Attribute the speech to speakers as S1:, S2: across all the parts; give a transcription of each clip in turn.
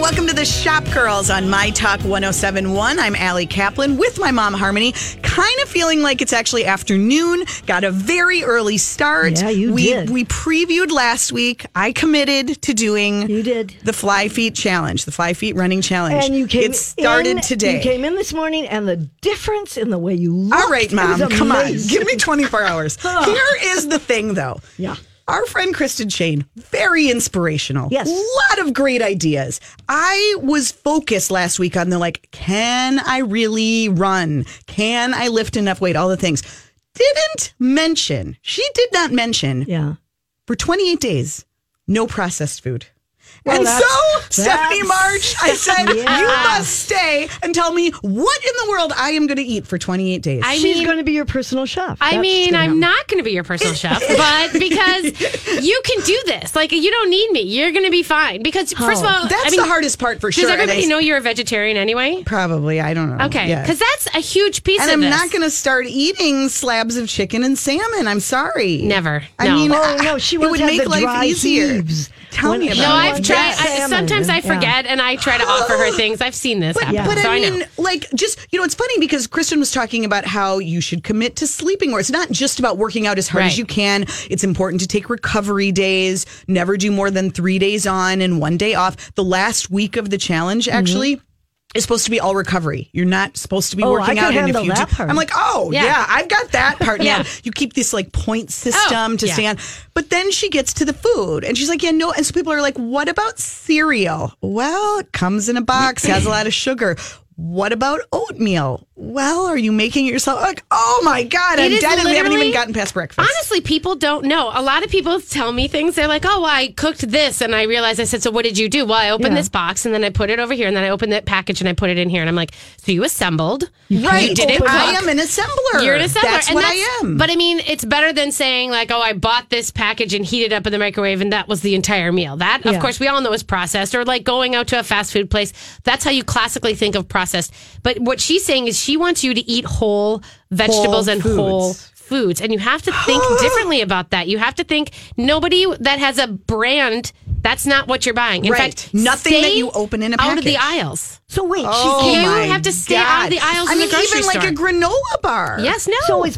S1: Welcome to the Shop Girls on My Talk 1071. I'm Allie Kaplan with my mom, Harmony. Kind of feeling like it's actually afternoon. Got a very early start.
S2: Yeah, you
S1: we,
S2: did.
S1: We previewed last week. I committed to doing
S2: You did.
S1: the Fly Feet Challenge, the Fly Feet Running Challenge.
S2: And you came.
S1: it started
S2: in,
S1: today.
S2: You came in this morning, and the difference in the way you looked.
S1: All right,
S2: it was
S1: mom, come on.
S2: amazing.
S1: Give me 24 hours. Here is the thing, though.
S2: Yeah.
S1: Our friend Kristen Shane, very inspirational.
S2: Yes.
S1: A lot of great ideas. I was focused last week on the like, can I really run? Can I lift enough weight? All the things. Didn't mention, she did not mention
S2: Yeah.
S1: for 28 days, no processed food.
S2: Well,
S1: and
S2: that's-
S1: so, Stephanie
S2: that's-
S1: March, I said, you
S2: Yeah.
S1: must stay and tell me what in the world I am going to eat for 28 days.
S3: I
S2: She's
S3: mean,
S2: going to be your personal chef.
S3: I
S2: That's
S3: mean,
S2: gonna
S3: I'm
S2: happen.
S3: not going to be your personal chef, but because you can do this, like you don't need me. You're going to be fine. Because first of
S2: Oh.
S3: all,
S1: That's
S3: I mean,
S1: the hardest part for sure.
S3: Does
S1: and
S3: everybody
S1: I-
S3: know you're a vegetarian anyway?
S1: Probably. I don't know.
S3: Okay,
S1: Yeah.
S3: because that's a huge piece
S1: And
S3: of
S1: I'm
S3: this.
S1: not going to start eating slabs of chicken and salmon. I'm sorry.
S3: Never.
S1: I
S3: No.
S1: mean,
S2: Oh
S1: I-
S2: no, she
S1: it
S2: wants
S1: would
S2: to have
S1: make
S2: the
S1: life
S2: dry
S1: easier.
S2: heaves
S1: Tell
S2: when
S1: me
S2: she
S1: about
S3: No,
S1: it.
S2: wants
S3: I've tried. I,
S2: salmon.
S3: sometimes I
S2: Yeah.
S3: forget, and I try to offer her things. I've seen this happen,
S1: Oh. But
S3: so
S1: I
S3: I,
S1: mean,
S3: know.
S1: like, just you know, it's funny because Kristen was talking about how you should commit to sleeping more. It's not just about working out as hard as
S3: Right.
S1: you can. It's important to take recovery days. Never do more than three days on and one day off. The last week of the challenge actually. Is supposed to be all recovery. You're not supposed to be
S2: Oh, I
S1: working
S2: could
S1: out. And if
S2: handle
S1: you do,
S2: that part.
S1: I'm like, oh yeah.
S3: Yeah.
S1: I've got that part
S3: Yeah.
S1: now. You keep this like point system to
S3: Oh, yeah.
S1: stay on. But then she gets to the food and she's like, yeah, no. And so people are like, what about cereal? Well, it comes in a box, has a lot of sugar. What about oatmeal? Well, are you making it yourself? Like, oh my God,
S3: It
S1: I'm
S3: is
S1: dead and we haven't
S3: literally-
S1: even gotten past breakfast.
S3: Honestly, people don't know. A lot of people tell me things. They're like, "Oh, well, I cooked this," and I realized I said, "So what did you do?" Well, I opened
S2: Yeah.
S3: this box, and then I put it over here, and then I opened that package, and I put it in here, and I'm like, "So you assembled,
S1: right.
S3: You didn't
S1: I
S3: cook.
S1: am an assembler.
S3: You're an assembler.
S1: That's
S3: and
S1: what
S3: that's,
S1: I am.
S3: But I mean, it's better than saying like, "Oh, I bought this package and heated up in the microwave, and that was the entire meal." That,
S2: Yeah.
S3: of course, we all know is processed. Or like going out to a fast food place. That's how you classically think of processed. But what she's saying is she wants you to eat whole vegetables and
S1: foods.
S3: whole foods, and you have to think differently about that. You have to think nobody that has a brand. That's not what you're buying. In
S1: Right.
S3: fact,
S1: Nothing that
S3: stay
S1: you open in a
S3: out of the
S1: package.
S3: aisles.
S2: So wait,
S1: oh
S2: she
S3: You
S1: my
S3: have to stay out of
S1: God.
S3: the aisles
S1: I
S3: in the
S1: mean,
S3: grocery
S1: even like a
S3: store.
S1: granola bar.
S3: Yes, no.
S2: So is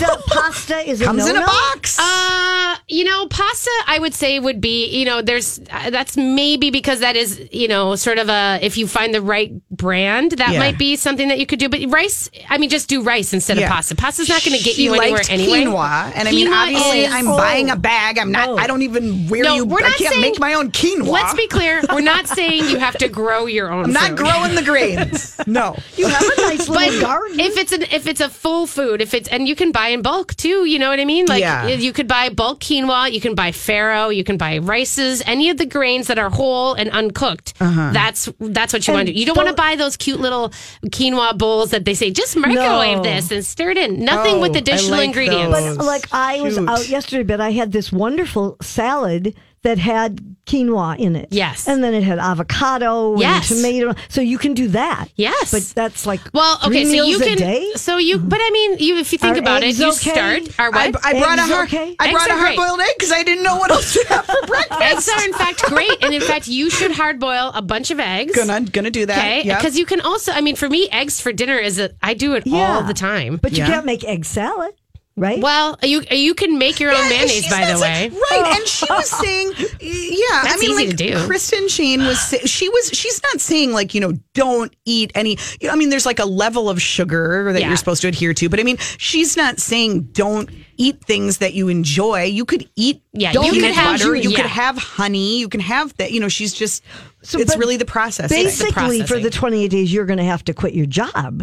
S1: No.
S2: Pasta is a
S1: Comes in a
S2: no-no?
S1: box.
S3: Uh, you know, pasta. I would say would be you know, there's uh, that's maybe because that is you know sort of a if you find the right brand that
S1: Yeah.
S3: might be something that you could do. But rice, I she liked quinoa. Oh, I mean, just do rice instead
S1: Yeah.
S3: of pasta. Pasta's not going to get
S1: She
S3: you anywhere
S1: liked
S3: anyway.
S1: Quinoa, and I mean, obviously, I'm
S2: oh.
S1: buying a bag. I'm not. I don't even where
S3: Oh. No,
S1: you.
S3: we're
S1: I
S3: not
S1: can't
S3: saying-
S1: make my own quinoa.
S3: Let's be clear. We're not saying you have to grow your own.
S1: I'm not
S3: food.
S1: growing the grains. No.
S2: You have a nice
S3: But
S2: little garden.
S3: if it's an if it's a full food, if it's and you can buy in bulk too, you know what I mean? Like
S1: Yeah.
S3: you could buy bulk quinoa, you can buy farro, you can buy rices, any of the grains that are whole and uncooked. That's that's what you want to do. You don't want to
S2: don't-
S3: buy those cute little quinoa bowls that they say just microwave
S2: No.
S3: this and stir it in. Nothing
S1: Oh,
S3: with
S1: I
S3: additional
S1: like
S3: ingredients.
S1: those.
S2: But like I was
S1: Shoot.
S2: out yesterday, but I had this wonderful salad that had quinoa in it.
S3: Yes.
S2: And then it had avocado
S3: Yes.
S2: and tomato. So you can do that.
S3: Yes.
S2: But that's like
S3: Well,
S2: three
S3: okay, so
S2: meals
S3: you
S2: a
S3: can
S2: day.
S3: so you but I mean, you if you think
S2: Are
S3: about it,
S2: eggs
S3: you
S2: okay?
S3: start our
S1: I,
S3: what?
S1: I brought a
S2: Eggs
S1: hard.
S2: okay?
S1: I brought
S3: Eggs
S1: a
S3: are great.
S1: hard boiled egg because I didn't know what else to have for breakfast.
S3: Eggs are in fact great, and in fact, you should hard boil a bunch of eggs.
S1: gonna gonna do that.
S3: Okay,
S1: Yep.
S3: because you can also. I mean, for me, eggs for dinner is a, I do it all the time.
S2: But you
S1: Yeah.
S2: can't make egg salad, right?
S3: well, you you can make your own
S1: Yeah,
S3: mayonnaise,
S1: she's
S3: by
S1: not
S3: the
S1: saying-
S3: way.
S1: Right, and she was saying, yeah, I
S3: That's
S1: mean,
S3: easy
S1: like
S3: to do.
S1: Kristen Shane was, sa- she was, she's not saying like you know, don't eat any. You know, I mean, there's like a level of sugar that
S3: Yeah.
S1: you're supposed to adhere to, but I mean, she's not saying don't eat things that you enjoy. You could eat,
S3: Yeah,
S1: don't
S3: you could
S1: eat
S3: have-
S1: butter. You
S3: yeah.
S1: could have honey. You can have that. You know, she's just.
S2: So,
S1: it's
S2: but
S1: really the process. of it.
S2: Basically, for the
S3: processing.
S2: 28 days, you're going to have to quit your job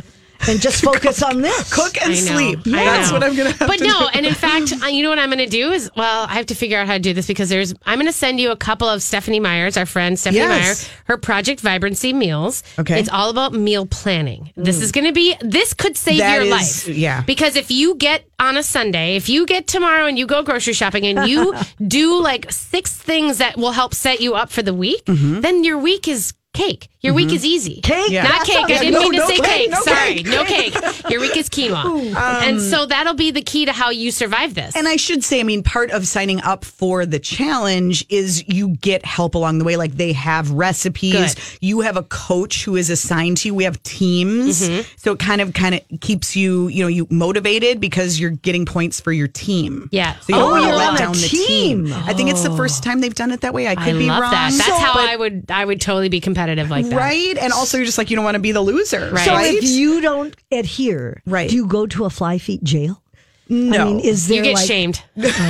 S2: and just focus on this.
S1: Cook and
S3: I know.
S1: sleep.
S3: I
S1: That's
S3: know.
S1: what I'm gonna. Have
S3: But
S1: to
S3: no,
S1: do.
S3: and in fact, I- you know what I'm going to do is well, I have to figure out how to do this because there's I'm going to send you a couple of Stephanie Myers, our friend Stephanie
S1: Yes.
S3: Meyer, her Project Vibrancy meals.
S1: Okay. Mm.
S3: it's all about meal planning. This is going to be this could save
S1: That
S3: your
S1: is-
S3: life.
S1: yeah.
S3: because if you get on a Sunday, if you get tomorrow and you go grocery shopping and you
S1: Mm-hmm.
S3: do like six things that will help set you up for the week, then your week is cake. Your week is easy.
S2: Cake?
S1: Yeah.
S3: Not
S2: That
S3: cake.
S2: sounds-
S3: I didn't
S2: no,
S3: mean to
S2: no
S3: say
S2: cake,
S3: cake.
S2: no
S3: Sorry.
S2: cake.
S3: No cake. Your week is quinoa. and so that'll be the key to how you survive this.
S1: Um, And I should say, I mean, part of signing up for the challenge is you get help along the way. Like they have recipes.
S3: Good.
S1: You have a coach who is assigned to you. We have teams.
S3: Mm-hmm.
S1: So it kind of kind of keeps you, you know, you motivated because you're getting points for your team.
S3: Yeah.
S1: So you don't
S3: Oh,
S1: want to
S3: you're on Oh.
S1: let
S2: a
S1: down the team.
S2: team.
S1: I think it's the first time they've done it that way. I could
S3: I
S1: be
S3: love
S1: wrong.
S3: that. That's
S1: So-
S3: how
S1: but-
S3: I would I would totally be competitive like that.
S1: Right. And also you're just like, you don't want to be the loser.
S3: Right.
S1: Right.
S3: So
S2: If you don't adhere,
S1: Right.
S2: do you go to a fly feet jail?
S1: no.
S2: I mean, is there
S3: You get
S2: like,
S3: shamed.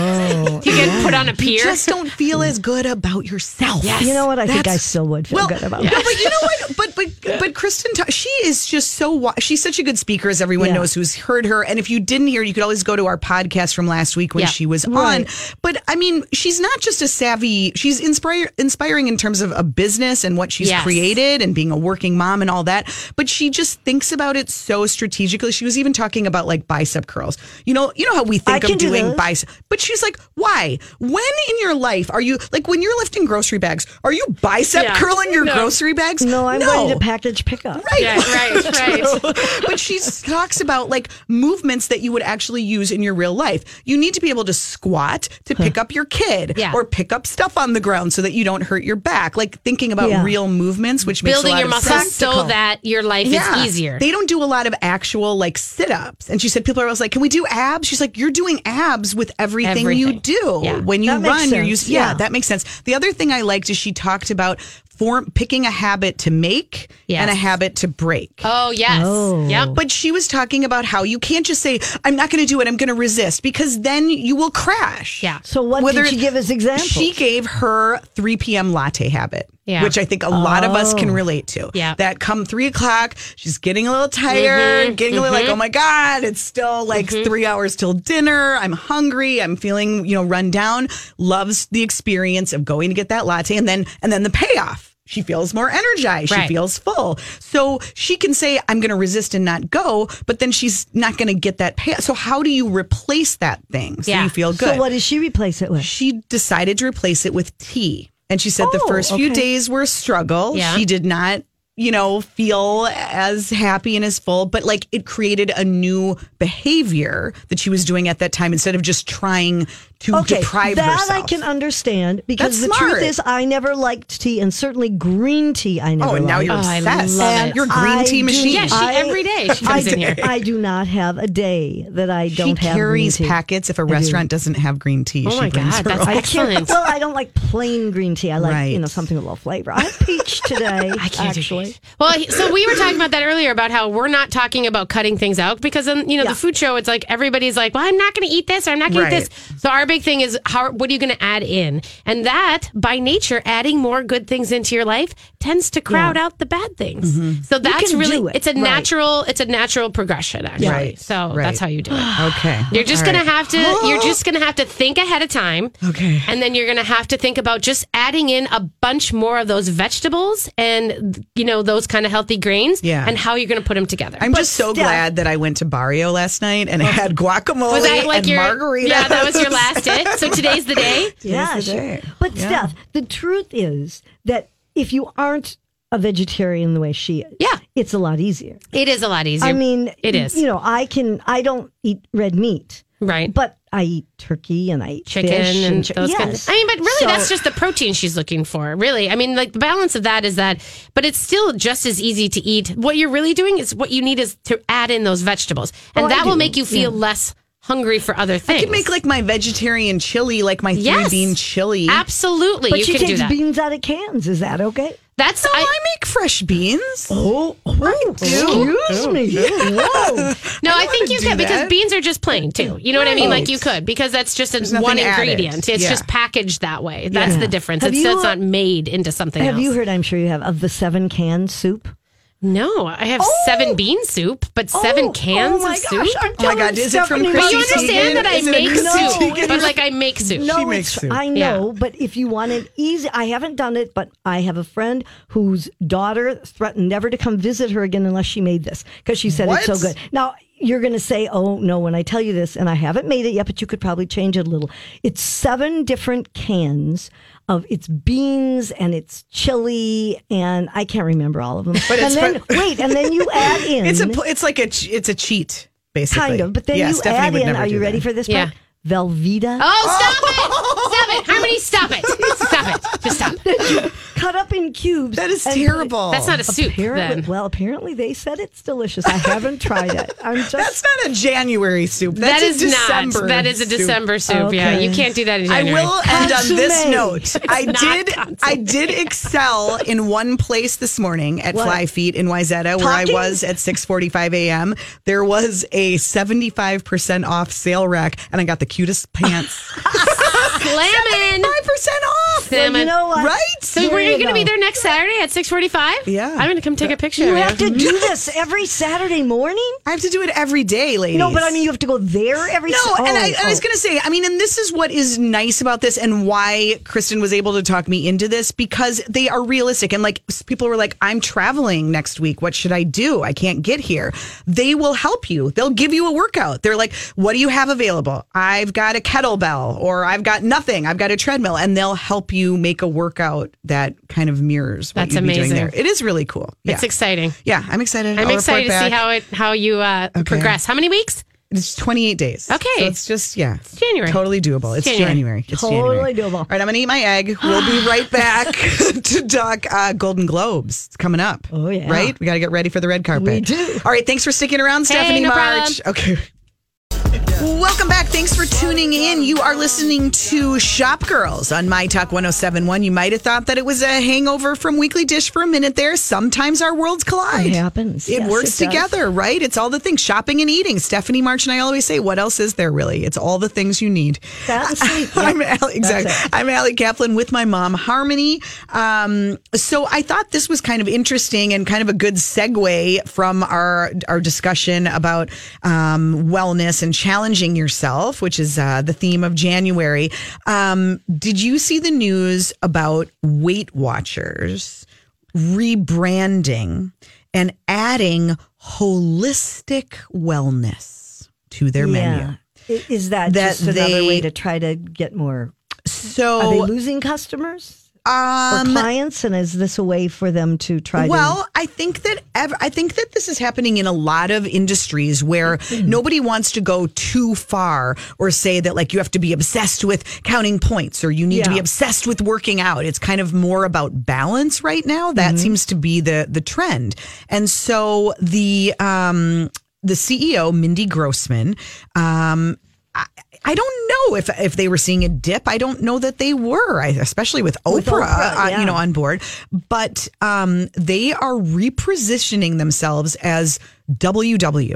S3: you get put on a pier.
S1: Oh, you just don't feel as good about yourself.
S3: Yes.
S2: You know what? I think I
S1: That's-
S2: still would feel
S1: well,
S2: good about
S1: no,
S2: that.
S1: but you know what? But but but Kristen, Ta- she is just so wi- she's such a good speaker, as everyone
S2: Yeah.
S1: knows who's heard her. And if you didn't hear, you could always go to our podcast from last week when
S3: Yeah.
S1: she was
S2: Right.
S1: on. But I mean, she's not just a savvy; she's inspire, inspiring in terms of a business and what she's
S3: Yes.
S1: created and being a working mom and all that. But she just thinks about it so strategically. She was even talking about like bicep curls. You know, you know how we
S2: I
S1: think
S2: can
S1: of
S2: do
S1: doing
S2: those.
S1: bicep. I s- But she's like, why? When in your life are you like when you're lifting grocery bags? Are you bicep
S3: Yeah.
S1: curling your
S3: No.
S1: grocery bags?
S2: No, I'm going to package pickup.
S1: Right.
S3: Yeah, right, right.
S1: but she talks about like movements that you would actually use in your real life. You need to be able to squat to pick up your kid
S3: Yeah.
S1: or pick up stuff on the ground so that you don't hurt your back. Like thinking about
S2: Yeah.
S1: real movements, which makes a
S3: Building
S1: lot
S3: your
S1: of
S3: muscles
S1: sense.
S3: so that your life is easier.
S1: They don't do a lot of actual like sit ups. And she said, people are always like, can we do abs? She's like, you're doing abs with everything, you
S3: Everything.
S1: do.
S3: Yeah.
S1: When you
S2: That makes
S1: run, you're
S2: sense.
S1: used. Yeah,
S2: Yeah.
S1: that makes sense. The other thing I liked is she talked about form picking a habit to make
S3: Yes.
S1: and a habit to break.
S3: oh yes.
S2: Oh.
S3: Yep.
S1: But she was talking about how you can't just say, I'm not going to do it, I'm going to resist, because then you will crash.
S3: Yeah.
S2: So what
S1: Whether-
S2: did she give as example?
S1: She gave her 3 p.m. latte habit,
S3: Yeah.
S1: which I think a lot of us
S2: Oh.
S1: can relate to.
S3: Yeah.
S1: That come three o'clock, she's getting a little tired, getting a little like, oh my God, it's still like three hours till dinner. I'm hungry. I'm feeling, you know, run down. Loves the experience of going to get that latte and then, and then the payoff. She feels more energized.
S3: Right.
S1: She feels full. So she can say, I'm going to resist and not go, but then she's not going to get that pay. So, how do you replace that thing so
S3: Yeah.
S1: you feel good?
S2: so what does she replace it with?
S1: she decided to replace it with tea. And she said the
S2: Oh,
S1: first few
S2: okay.
S1: days were a struggle.
S3: Yeah.
S1: She did not, you know, feel as happy and as full, but like it created a new behavior that she was doing at that time instead of just trying to deprive
S2: that
S1: herself.
S2: I can understand because
S1: That's
S2: the
S1: smart.
S2: truth is, I never liked tea, and certainly green tea, I never.
S1: oh, and now
S2: liked.
S1: you're
S3: Oh, I
S1: obsessed.
S3: love it.
S1: You're a green
S2: I
S1: tea
S2: do-
S1: machine.
S3: Yeah, she-
S2: I-
S3: every day she
S2: I
S3: comes in
S2: do-
S3: here.
S2: I do not have a day that I
S1: She
S2: don't have
S1: carries
S2: green tea.
S1: packets if a restaurant doesn't have green tea.
S3: oh
S1: she
S3: my
S1: brings
S3: god,
S1: her
S3: that's
S1: own.
S2: I can't.
S3: excellent.
S2: Well, I don't like plain green tea. I like you
S1: Right.
S2: know something with a little flavor. I had peach today.
S3: I can't
S2: actually.
S3: do that. Well, he- so we were talking about that earlier about how we're not talking about cutting things out because then you know the food show. It's like everybody's like, "Well, I'm not going to eat this or I'm not going to eat this." So our big thing is how what are you going to add in, and that by nature, adding more good things into your life tends to crowd out the bad things. So that's
S2: Mm-hmm. can
S3: really
S2: do it.
S3: it's a
S2: Right.
S3: natural it's a natural progression actually.
S1: Right.
S3: So
S1: Right.
S3: that's how you do it.
S1: Okay.
S3: You're just
S1: All
S3: gonna
S1: right.
S3: have to. You're just gonna have to think ahead of time.
S1: Okay.
S3: And then you're gonna have to think about just adding in a bunch more of those vegetables and you know those kind of healthy grains.
S1: Yeah.
S3: And how you're gonna put them together.
S1: I'm just so
S2: still-
S1: glad that I went to Barrio last night and I had guacamole
S3: Oh. was that like
S1: and
S3: your
S1: margarita.
S3: Yeah, that was your last it. So today's the day.
S2: Yeah,
S1: Today's the
S2: sure.
S1: day.
S2: But Steph, the truth is that if you aren't a vegetarian the way she is,
S3: Yeah.
S2: it's a lot easier.
S3: It is a lot easier.
S2: I mean,
S3: it is
S2: You know, I can. I don't eat red meat,
S3: right.
S2: but I eat turkey and I eat
S3: Chicken
S2: fish
S3: and
S2: chi-
S3: those
S2: yes.
S3: kinds. I mean, but really,
S2: So-
S3: that's just the protein she's looking for. Really, I mean, like the balance of that is that, but it's still just as easy to eat. What you're really doing is what you need is to add in those vegetables, and
S2: Oh, I
S3: that will
S2: do,
S3: make you feel less hungry for other things.
S1: I could make like my vegetarian chili, like my three
S3: Yes.
S1: bean chili.
S3: Absolutely,
S2: But
S3: you
S2: she
S3: can do
S2: takes
S3: that.
S2: beans out of cans. Is that okay?
S3: That's
S1: I,
S3: I,
S1: make fresh beans.
S2: Oh,
S3: oh,
S1: do.
S2: excuse me. Whoa.
S3: no. I, think you
S1: do
S3: could because
S1: that.
S3: beans are just plain too. You know what I mean? Like you could because that's just a
S1: nothing
S3: one
S1: added.
S3: ingredient. It's
S1: Yeah.
S3: just packaged that way. That's the difference.
S2: Have
S3: it's
S2: you,
S3: it's
S2: uh,
S3: not made into something
S2: Have
S3: else.
S2: you heard? I'm sure you have of the seven can soup.
S3: no, I have seven bean soup, but seven
S2: Oh,
S3: cans
S2: oh my
S3: of soup.
S2: gosh, I'm
S1: Oh my
S2: telling
S1: God, is it from
S2: Stephanie
S1: Chrissy
S3: But you
S2: Teigen?
S3: understand that I
S1: Is it a
S3: make
S1: Chrissy
S3: soup,
S2: Teigen?
S3: but like I make soup.
S2: No,
S1: She makes
S2: it's-
S1: soup.
S2: I
S3: Yeah.
S2: know, but if you want it easy, I haven't done it, but I have a friend whose daughter threatened never to come visit her again unless she made this because she said it's so
S1: What?
S2: good. Now, you're going to say, oh, no, when I tell you this, and I haven't made it yet, but you could probably change it a little. It's seven different cans of it's beans and it's chili and I can't remember all of them.
S1: But it's
S2: and then,
S1: fun-
S2: wait, and then you add in
S1: It's a pl- it's like a ch- it's a cheat basically.
S2: kind of, but then
S1: Yeah,
S2: you
S1: Stephanie
S2: add
S1: would
S2: in.
S1: never
S2: Are
S1: do
S2: you
S1: that.
S2: ready for this
S3: Yeah.
S2: part? Velveeta.
S3: Oh, stop it! Stop it! Harmony, stop it! Stop it! Just stop.
S2: cut up in cubes.
S1: That is
S2: and-
S1: terrible.
S3: That's not a soup.
S2: Apparently,
S3: Then
S2: well, apparently they said it's delicious. I haven't tried it. I'm just
S1: That's not a January soup. That's
S3: that
S1: a
S3: is
S1: December
S3: not. That is a
S1: soup.
S3: December soup. Yeah,
S2: Okay.
S3: you can't do that in
S1: I
S3: January.
S1: will end on this
S2: Consommé.
S1: note. I
S3: not
S1: did. I did excel in one place this morning at
S2: What?
S1: Fly Feet in Wayzata, where I
S2: Talking?
S1: was at 6:45 a.m. There was a 75 percent off sale rack, and I got the cutest pants.
S3: Glamming.
S1: Five percent off.
S2: Well, you know what?
S1: Right?
S3: So
S2: There
S3: were you
S2: you
S3: going to be
S2: go.
S3: there next Saturday at six forty-five?
S1: Yeah.
S3: I'm going to come take a picture.
S2: You
S3: of
S2: have to do this every Saturday morning.
S1: I have to do it every day, ladies.
S2: No, but I mean you have to go there every.
S1: No,
S2: Sa-
S1: and I,
S2: oh,
S1: I was
S2: oh.
S1: going to say, I mean, and this is what is nice about this and why Kristen was able to talk me into this because they are realistic. And like s- people were like, I'm traveling next week. What should I do? I can't get here. They will help you. They'll give you a workout. They're like, what do you have available? I've got a kettlebell or I've got nothing. I've got a treadmill. And they'll help you make a workout that kind of mirrors what
S3: That's
S1: you'd be
S3: amazing.
S1: doing there. It is really cool. Yeah.
S3: It's exciting.
S1: yeah, I'm excited.
S3: I'm
S1: I'll
S3: excited to
S1: report
S3: see
S1: back.
S3: how it how you uh, progress. How many weeks?
S1: It's 28 days.
S3: Okay.
S1: So it's just, yeah. It's
S3: January.
S1: Totally doable. It's January.
S3: January.
S1: It's
S2: Totally
S1: January.
S2: doable.
S1: All right, I'm going to eat my egg. We'll be right back to talk uh, Golden Globes. It's coming up.
S2: Oh, yeah.
S1: Right? We got to get ready for the red carpet.
S2: We do.
S1: All right, thanks for sticking around, Stephanie
S3: no
S1: March. Okay. Welcome back. Thanks for tuning in. You are listening to Shop Girls on My Talk 1071. You might have thought that it was a hangover from Weekly Dish for a minute there. Sometimes our worlds collide.
S2: It happens.
S1: It
S2: Yes,
S1: works
S2: it does.
S1: together, right? It's all the things shopping and eating. Stephanie March and I always say, what else is there really? It's all the things you need.
S2: That and sleep.
S1: I'm
S2: Yeah,
S1: Allie, exactly.
S2: that's it.
S1: I'm Allie Kaplan with my mom, Harmony. Um, so I thought this was kind of interesting and kind of a good segue from our our discussion about um, wellness and challenging yourself, which is uh, the theme of January. Um, did you see the news about Weight Watchers rebranding and adding holistic wellness to their menu?
S2: Yeah. I- Is that,
S1: That
S2: just another
S1: they- Oh,
S2: way to try to get more?
S1: So
S2: Are they losing customers or clients? And is this a way for them to try?
S1: um, Well, I think that ev- I think that this is happening in a lot of industries where nobody wants to go too far or say that like you have to be obsessed with counting points or you need to be
S2: Yeah.
S1: obsessed with working out. It's kind of more about balance right now. That seems to be the the trend. And so the um the CEO Mindy Grossman um I, I don't know if if they were seeing a dip. I don't know that they were, I, especially with Oprah,
S2: Oprah,
S1: uh, you
S2: yeah.
S1: know, on board. But um, they are repositioning themselves as WW.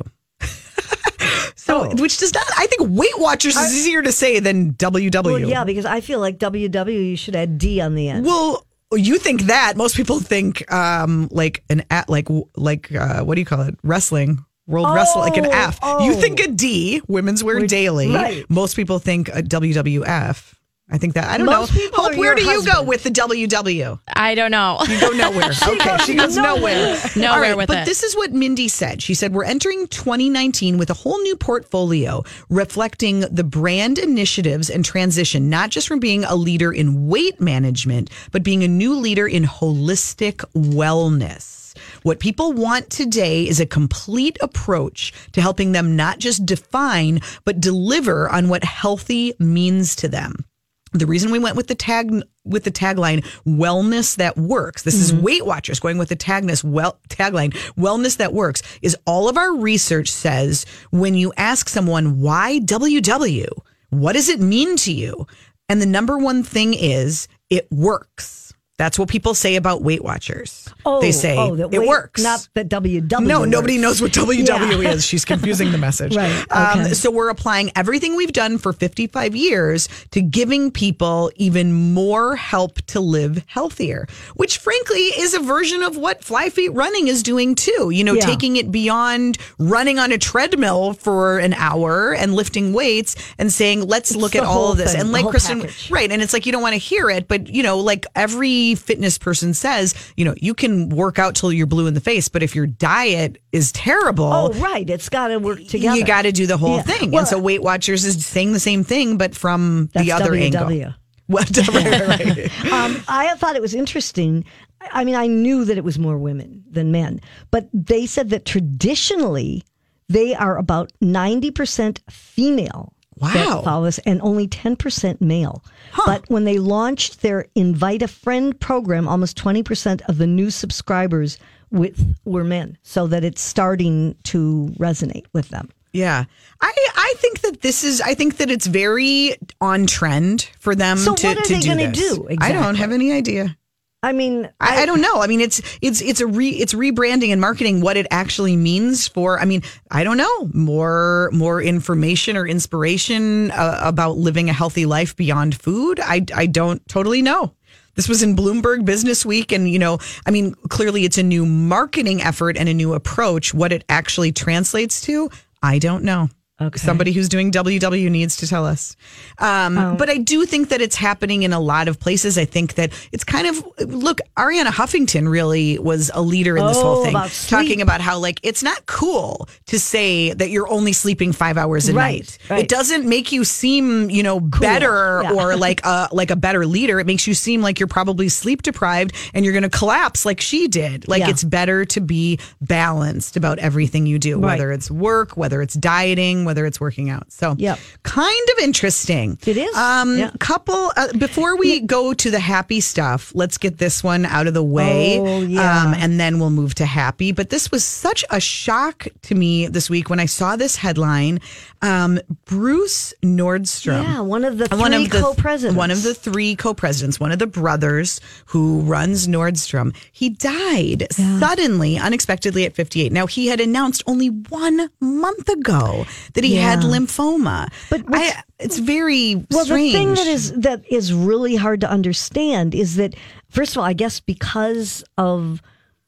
S1: so,
S2: Oh.
S1: which does not, I think Weight Watchers is easier to say than WW.
S2: Well, yeah, because I feel like WW, you should add D on the end.
S1: Well, you think that most people think um, like an at like like uh, what do you call it wrestling world wrestle like an
S2: Oh,
S1: F. You
S2: oh.
S1: think a D women's wear daily.
S2: right.
S1: Most people think a WWF. I think that I don't
S2: Most
S1: know.
S2: people
S1: Hope,
S2: are
S1: where
S2: your
S1: do you go
S2: husband.
S1: with the WW?
S4: I don't know.
S1: You go nowhere. Okay, she goes nowhere.
S4: Nowhere
S1: All right,
S4: with
S1: but
S4: it.
S1: this is what Mindy said. She said, We're entering 2019 with a whole new portfolio reflecting the brand initiatives and transition, not just from being a leader in weight management, but being a new leader in holistic wellness. What people want today is a complete approach to helping them not just define, but deliver on what healthy means to them the reason we went with the tag with the tagline wellness that works this
S2: Mm-hmm.
S1: is weight watchers going with the tagness well tagline wellness that works is all of our research says when you ask someone why ww what does it mean to you and the number one thing is it works that's what people say about weight watchers they say
S2: oh, that
S1: it
S2: wait-
S1: works
S2: Not that WW.
S1: no,
S2: works.
S1: nobody knows what WW is. She's confusing the message. Um,
S2: Right, okay.
S1: so we're applying everything we've done for 55 years to giving people even more help to live healthier, which frankly is a version of what Fly Feet Running is doing too. You know,
S2: Yeah.
S1: taking it beyond running on a treadmill for an hour and lifting weights and saying, let's look
S2: the
S1: at all
S2: whole
S1: of this.
S2: thing,
S1: and
S2: the
S1: like
S2: whole
S1: Kristen,
S2: package.
S1: right. And it's like, you don't want to hear it, but you know, like every fitness person says, you know, you can work out till you're blue in the face, but if your diet is terrible,
S2: Oh, right. It's got to work together.
S1: you got to do the whole
S2: Yeah.
S1: thing.
S2: Well,
S1: and so Weight Watchers is saying the same thing, but from the
S2: that's E.
S1: other
S2: WW.
S1: angle. Well, right, right, right.
S2: um, I thought it was interesting. I mean, I knew that it was more women than men, but they said that traditionally they are about 90% female.
S1: Wow.
S2: That follow us and only 10% male. But when they launched their Invite a Friend program, almost 20% of the new subscribers with were men, so that it's starting to resonate with them.
S1: Yeah. I I think that this is I think that it's very on trend for them
S2: So
S1: to,
S2: what are
S1: to
S2: they
S1: do
S2: gonna
S1: this.
S2: do
S1: I don't
S2: exactly?
S1: have any idea.
S2: I mean,
S1: I, I don't know. I mean, it's it's it's a re it's rebranding and marketing what it actually means for. I mean, I don't know more more information or inspiration uh, about living a healthy life beyond food. I I don't totally know. This was in Bloomberg Business Week, and you know, I mean, clearly it's a new marketing effort and a new approach. What it actually translates to, I don't know.
S2: Okay.
S1: Somebody who's doing WW needs to tell us. Um,
S2: Oh.
S1: But I do think that it's happening in a lot of places. I think that it's kind of look. Ariana Huffington really was a leader in this
S2: Oh,
S1: whole thing,
S2: about sleep.
S1: talking about how like it's not cool to say that you're only sleeping five hours a
S2: Right,
S1: night.
S2: right.
S1: It doesn't make you seem you know better
S2: yeah.
S1: or like a like a better leader. It makes you seem like you're probably sleep deprived and you're going to collapse like she did. Like
S2: Yeah.
S1: it's better to be balanced about everything you do,
S2: Right.
S1: whether it's work, whether it's dieting, whether it's working out. So,
S2: Yep.
S1: kind of interesting.
S2: It is,
S1: Um,
S2: yeah.
S1: couple uh, before we go to the happy stuff, let's get this one out of the way.
S2: Oh, yeah.
S1: Um, and then we'll move to happy. But this was such a shock to me this week when I saw this headline. Um, Bruce Nordstrom.
S2: yeah, one of the three
S1: One of the
S2: co-presidents.
S1: One of the three co-presidents, one of the brothers who runs Nordstrom, he died suddenly, unexpectedly at 58. Now he had announced only one month ago that he had
S2: Yeah.
S1: lymphoma.
S2: But what's-
S1: I, it's very
S2: Well,
S1: strange.
S2: the thing that is that is really hard to understand is that first of all, I guess because of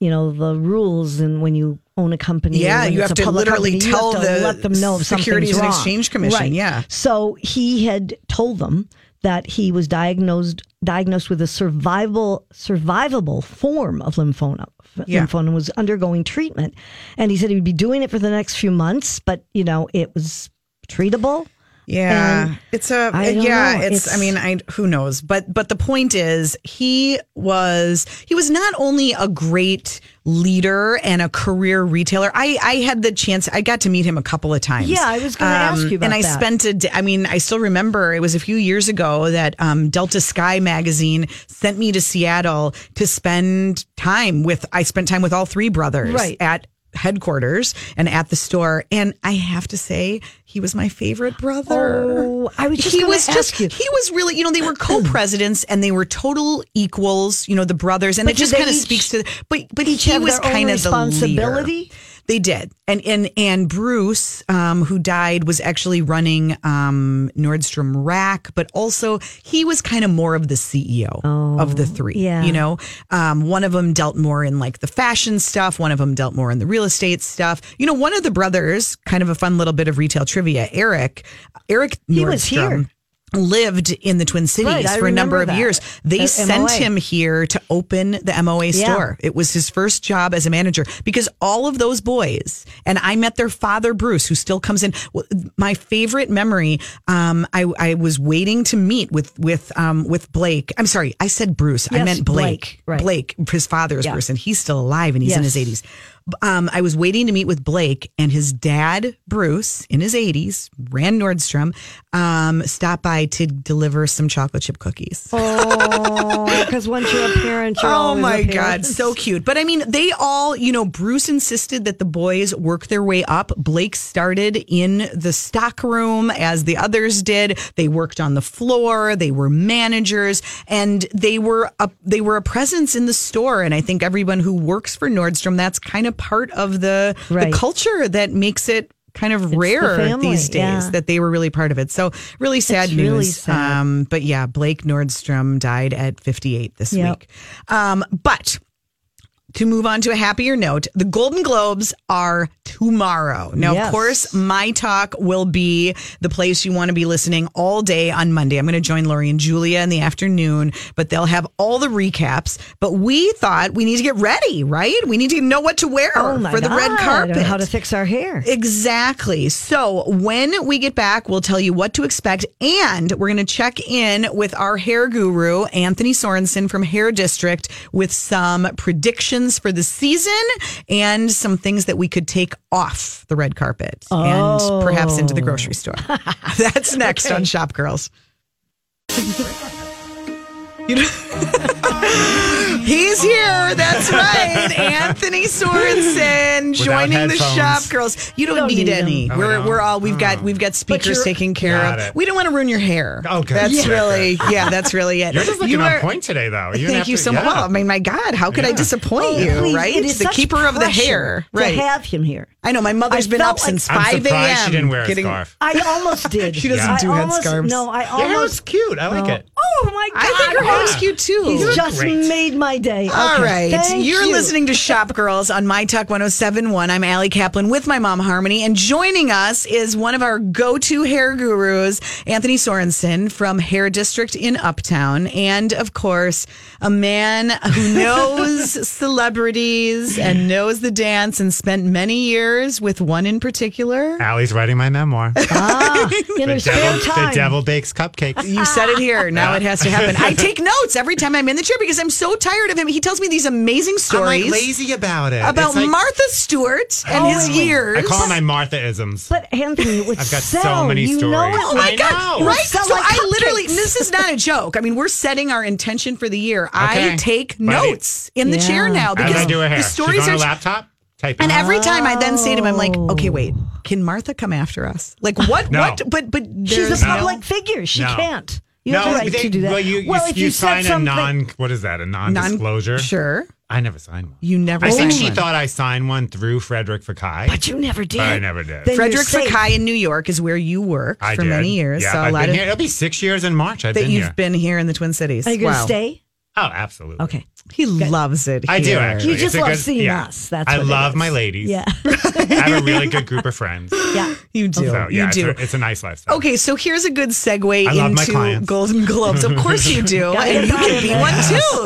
S2: you know the rules and when you own a company, or
S1: Yeah,
S2: when
S1: you
S2: it's
S1: have
S2: a
S1: to
S2: public
S1: literally
S2: company, you
S1: tell
S2: have to
S1: the
S2: let them know if something's
S1: Securities and
S2: wrong.
S1: Exchange Commission,
S2: Right.
S1: yeah.
S2: So he had told them that he was diagnosed diagnosed with a survivable survivable form of lymphoma.
S1: Yeah.
S2: Lymphoma and was undergoing treatment, and he said he would be doing it for the next few months, but you know it was treatable.
S1: Yeah,
S2: And
S1: it's a
S2: I don't
S1: yeah.
S2: know.
S1: It's, I
S2: It's-
S1: mean I who knows, but but the point is he was he was not only a great leader and a career retailer. I I had the chance I got to meet him a couple of times. Um,
S2: Yeah, I was gonna ask you about
S1: and I
S2: that.
S1: spent a d- I mean I still remember it was a few years ago that um, Delta Sky magazine sent me to Seattle to spend time with. I spent time with all three brothers
S2: Right.
S1: at headquarters and at the store and I have to say he was my favorite brother
S2: Oh, I was just
S1: he
S2: gonna
S1: was
S2: ask you.
S1: he was really you know they were co-presidents and they were total equals you know the brothers and
S2: But
S1: it
S2: did
S1: just
S2: they
S1: kind of
S2: each-
S1: speaks to but but
S2: each
S1: he
S2: have
S1: was
S2: their own
S1: kind of the
S2: responsibility?
S1: leader. they did and and and Bruce um, who died was actually running um, Nordstrom Rack but also he was kind of more of the CEO of the three
S2: Oh, yeah.
S1: you know um, one of them dealt more in like the fashion stuff one of them dealt more in the real estate stuff you know one of the brothers kind of a fun little bit of retail trivia Eric Eric
S2: He was
S1: Nordstrom
S2: here.
S1: Lived in the Twin Cities
S2: Right, I
S1: for a number
S2: remember
S1: of
S2: that.
S1: years. They
S2: The
S1: sent
S2: MOA.
S1: him here to open the MOA
S2: Yeah.
S1: store. It was his first job as a manager because all of those boys, and I met their father, Bruce, who still comes in. w- My favorite memory, um, I, I was waiting to meet with with um, with Blake. I'm sorry, I said Bruce. I
S2: Yes,
S1: meant Blake.
S2: Blake, right.
S1: Blake, his father is
S2: Yeah.
S1: Bruce, and he's still alive and he's in
S2: Yes.
S1: his 80s. B- Um, I was waiting to meet with Blake and his dad, Bruce, in his 80s, ran Nordstrom, um, stopped by to deliver some chocolate chip cookies.
S2: Oh, because once you're a parent, you're
S1: Oh
S2: always
S1: my
S2: a parent.
S1: God, so cute. But I mean, they all, you know, Bruce insisted that the boys work their way up. Blake started in the stock room as the others did. They worked on the floor, they were managers, and they were a they were a presence in the store. And I think everyone who works for Nordstrom, that's kind of part of the
S2: Right.
S1: the culture that makes it kind of
S2: the
S1: rare
S2: family,
S1: these days
S2: yeah.
S1: that they were really part of it. So really sad
S2: It's
S1: news.
S2: really sad.
S1: Um, but yeah, Blake Nordstrom died at 58 this
S2: Yep.
S1: week. Um, but to move on to a happier note, the Golden Globes are tomorrow. Now,
S2: Yes.
S1: of course, my talk will be the place you want to be listening all day on Monday. I'm going to join Lori and Julia in the afternoon, but they'll have all the recaps. But we thought we need to get ready, right? We need to know what to wear
S2: Oh my
S1: for the red
S2: God,
S1: carpet.
S2: and How to fix our hair.
S1: Exactly. So when we get back, we'll tell you what to expect, and we're going to check in with our hair guru, Anthony Sorensen from Hair District, with some predictions for the season and some things that we could take off the red carpet and perhaps into the grocery store. That's next on Shop Girls. You know- He's here. That's right. Anthony Sorensen joining the
S4: headphones.
S1: shop girls. You don't,
S2: Don't
S1: need,
S2: need 'em.
S1: any.
S4: Oh,
S1: we're
S4: no.
S1: we're all we've got we've got speakers
S2: you're-
S1: taken care
S4: Got
S1: of.
S4: it.
S1: We don't want to ruin your hair.
S4: Okay.
S1: That's
S4: Yeah.
S1: really yeah. That's really it.
S4: You're just looking
S1: You
S4: on
S1: are-
S4: point today, though. You didn't
S1: Thank
S4: have
S1: you
S4: to-
S1: so
S4: yeah.
S1: much. I mean, my God, how could I
S4: Yeah.
S1: disappoint you?
S2: Oh, Please,
S1: right?
S2: It is
S1: the
S2: such
S1: keeper of the hair.
S2: pressure
S1: Right.
S2: To have him here.
S1: I know my mother's
S2: I
S1: been
S2: felt
S1: up
S2: like-
S1: since
S4: I'm
S1: 5 a.m.
S4: surprised she didn't wear a
S1: getting-
S4: scarf.
S2: I almost did.
S1: She doesn't
S2: I
S1: do head
S2: almost-
S1: scarves.
S2: No, I
S4: Your hair looks
S2: almost.
S4: cute. I like it.
S2: Oh my god!
S1: I think her hair's cute too.
S2: He's just
S4: great.
S2: made my day.
S1: All
S2: Okay,
S1: right.
S2: thank
S1: You're
S2: you.
S1: listening to Shop Girls on My Talk 1071. I'm Allie Kaplan with my mom, Harmony. And joining us is one of our go to hair gurus, Anthony Sorensen from Hair District in Uptown. And of course, a man who knows celebrities and knows the dance and spent many years with one in particular.
S4: Allie's writing my memoir.
S2: Ah, in her
S4: the,
S2: spare
S4: devil,
S2: time.
S4: the devil bakes cupcakes.
S1: You said it here. Now it has to happen. I take notes every time I'm in the chair because I'm so tired of him. He tells me these amazing
S4: I'm
S1: stories.
S4: like lazy about it.
S1: about
S4: It's like-
S1: Martha Stewart and his years.
S4: I call them my Marthaisms.
S2: But Anthony, it would
S4: I've got so
S2: sell.
S4: many
S2: you Know
S4: stories.
S2: it
S1: Oh my
S4: I
S1: god!
S4: know.
S1: Right? So
S2: Sound like
S1: I literally
S2: cupcakes.
S1: this is not a joke. I mean, we're setting our intention for the year. I
S4: Okay.
S1: take
S4: Buddy.
S1: notes in the
S2: Yeah.
S1: chair now
S4: As
S1: because
S4: I do her hair.
S1: the stories
S4: She's on
S1: are
S4: her laptop. Type
S1: and
S4: it.
S1: every time I then say to him, I'm like, okay, wait, can Martha come after us? Like what?
S4: No.
S1: What? But but
S2: She's
S1: there's
S2: a
S1: no-
S2: public figure. She
S4: No.
S2: can't. You
S4: no,
S2: have the right
S4: they-
S2: to do that.
S4: Well, you,
S2: well
S4: you,
S2: if
S4: you,
S2: you, said
S4: sign a
S2: something,
S4: non. What is that? A
S1: non-
S4: non-disclosure.
S1: Sure,
S4: I never signed one.
S1: you never.
S4: I think
S1: sign
S4: she
S1: one.
S4: thought I signed one through Frederick Fakai.
S2: but you never did.
S4: I never did.
S2: Then you're
S1: Frederick
S2: safe.
S1: Fakai in New York is where you work
S4: I
S1: for
S4: did.
S1: many years.
S4: Yeah,
S1: so a
S4: I've
S1: lot
S4: been
S1: of
S4: here. It'll be six years in March. I've
S1: that
S4: been
S1: you've
S4: here.
S1: been here in the Twin Cities.
S2: Are you going to
S1: Wow.
S2: stay?
S4: oh, absolutely.
S2: Okay.
S1: He loves it.
S4: I do
S1: here.
S4: actually.
S2: You
S4: It's
S2: just
S4: a
S2: love
S4: good-
S2: seeing
S4: yeah.
S2: us. That's
S4: I
S2: what it
S4: love
S2: is.
S4: my ladies.
S2: Yeah.
S4: I have a really good group of friends.
S2: Yeah.
S1: You do.
S4: So, yeah,
S1: you do.
S4: It's, a, it's a nice lifestyle.
S1: Okay, so here's a good segue
S4: I love my
S1: into
S4: clients.
S1: Golden Globes. Of course you do.
S2: Gotta
S1: and you
S2: get
S1: can be
S2: them.
S1: one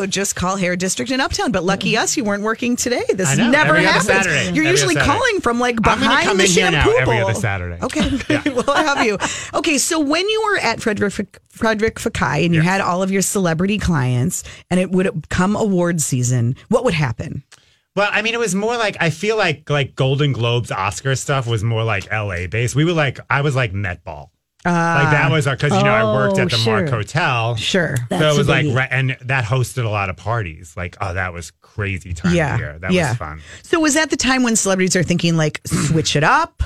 S1: too. Just call Hair District in Uptown. But lucky us, you weren't working today. This
S4: I know.
S1: never
S4: Every other
S1: happens.
S4: Saturday.
S1: You're
S4: Every
S1: usually
S4: other Saturday.
S1: calling from like
S4: I'm gonna
S1: behind
S4: come
S1: the
S4: in here now
S1: shampoo
S4: every
S1: bowl.
S4: other Saturday.
S1: Okay, well, I have you. Okay, so when you were at Frederick Frederick Fakai and you had all of your celebrity clients, and it would come award season, what would happen?
S4: Well, I mean, it was more like I feel like like Golden Globes, Oscar stuff was more like L.A. based. We were like I was like Met Ball. like that was our because you know I worked
S2: Oh,
S4: at the
S2: sure.
S4: Mark Hotel.
S1: Sure.
S4: so
S2: That's
S4: it
S2: what
S4: was like,
S2: they
S4: right, and that hosted a lot of parties. Like, oh, that was crazy time
S1: Yeah,
S4: here. That
S1: yeah.
S4: was fun.
S1: So was that the time when celebrities are thinking like switch it up,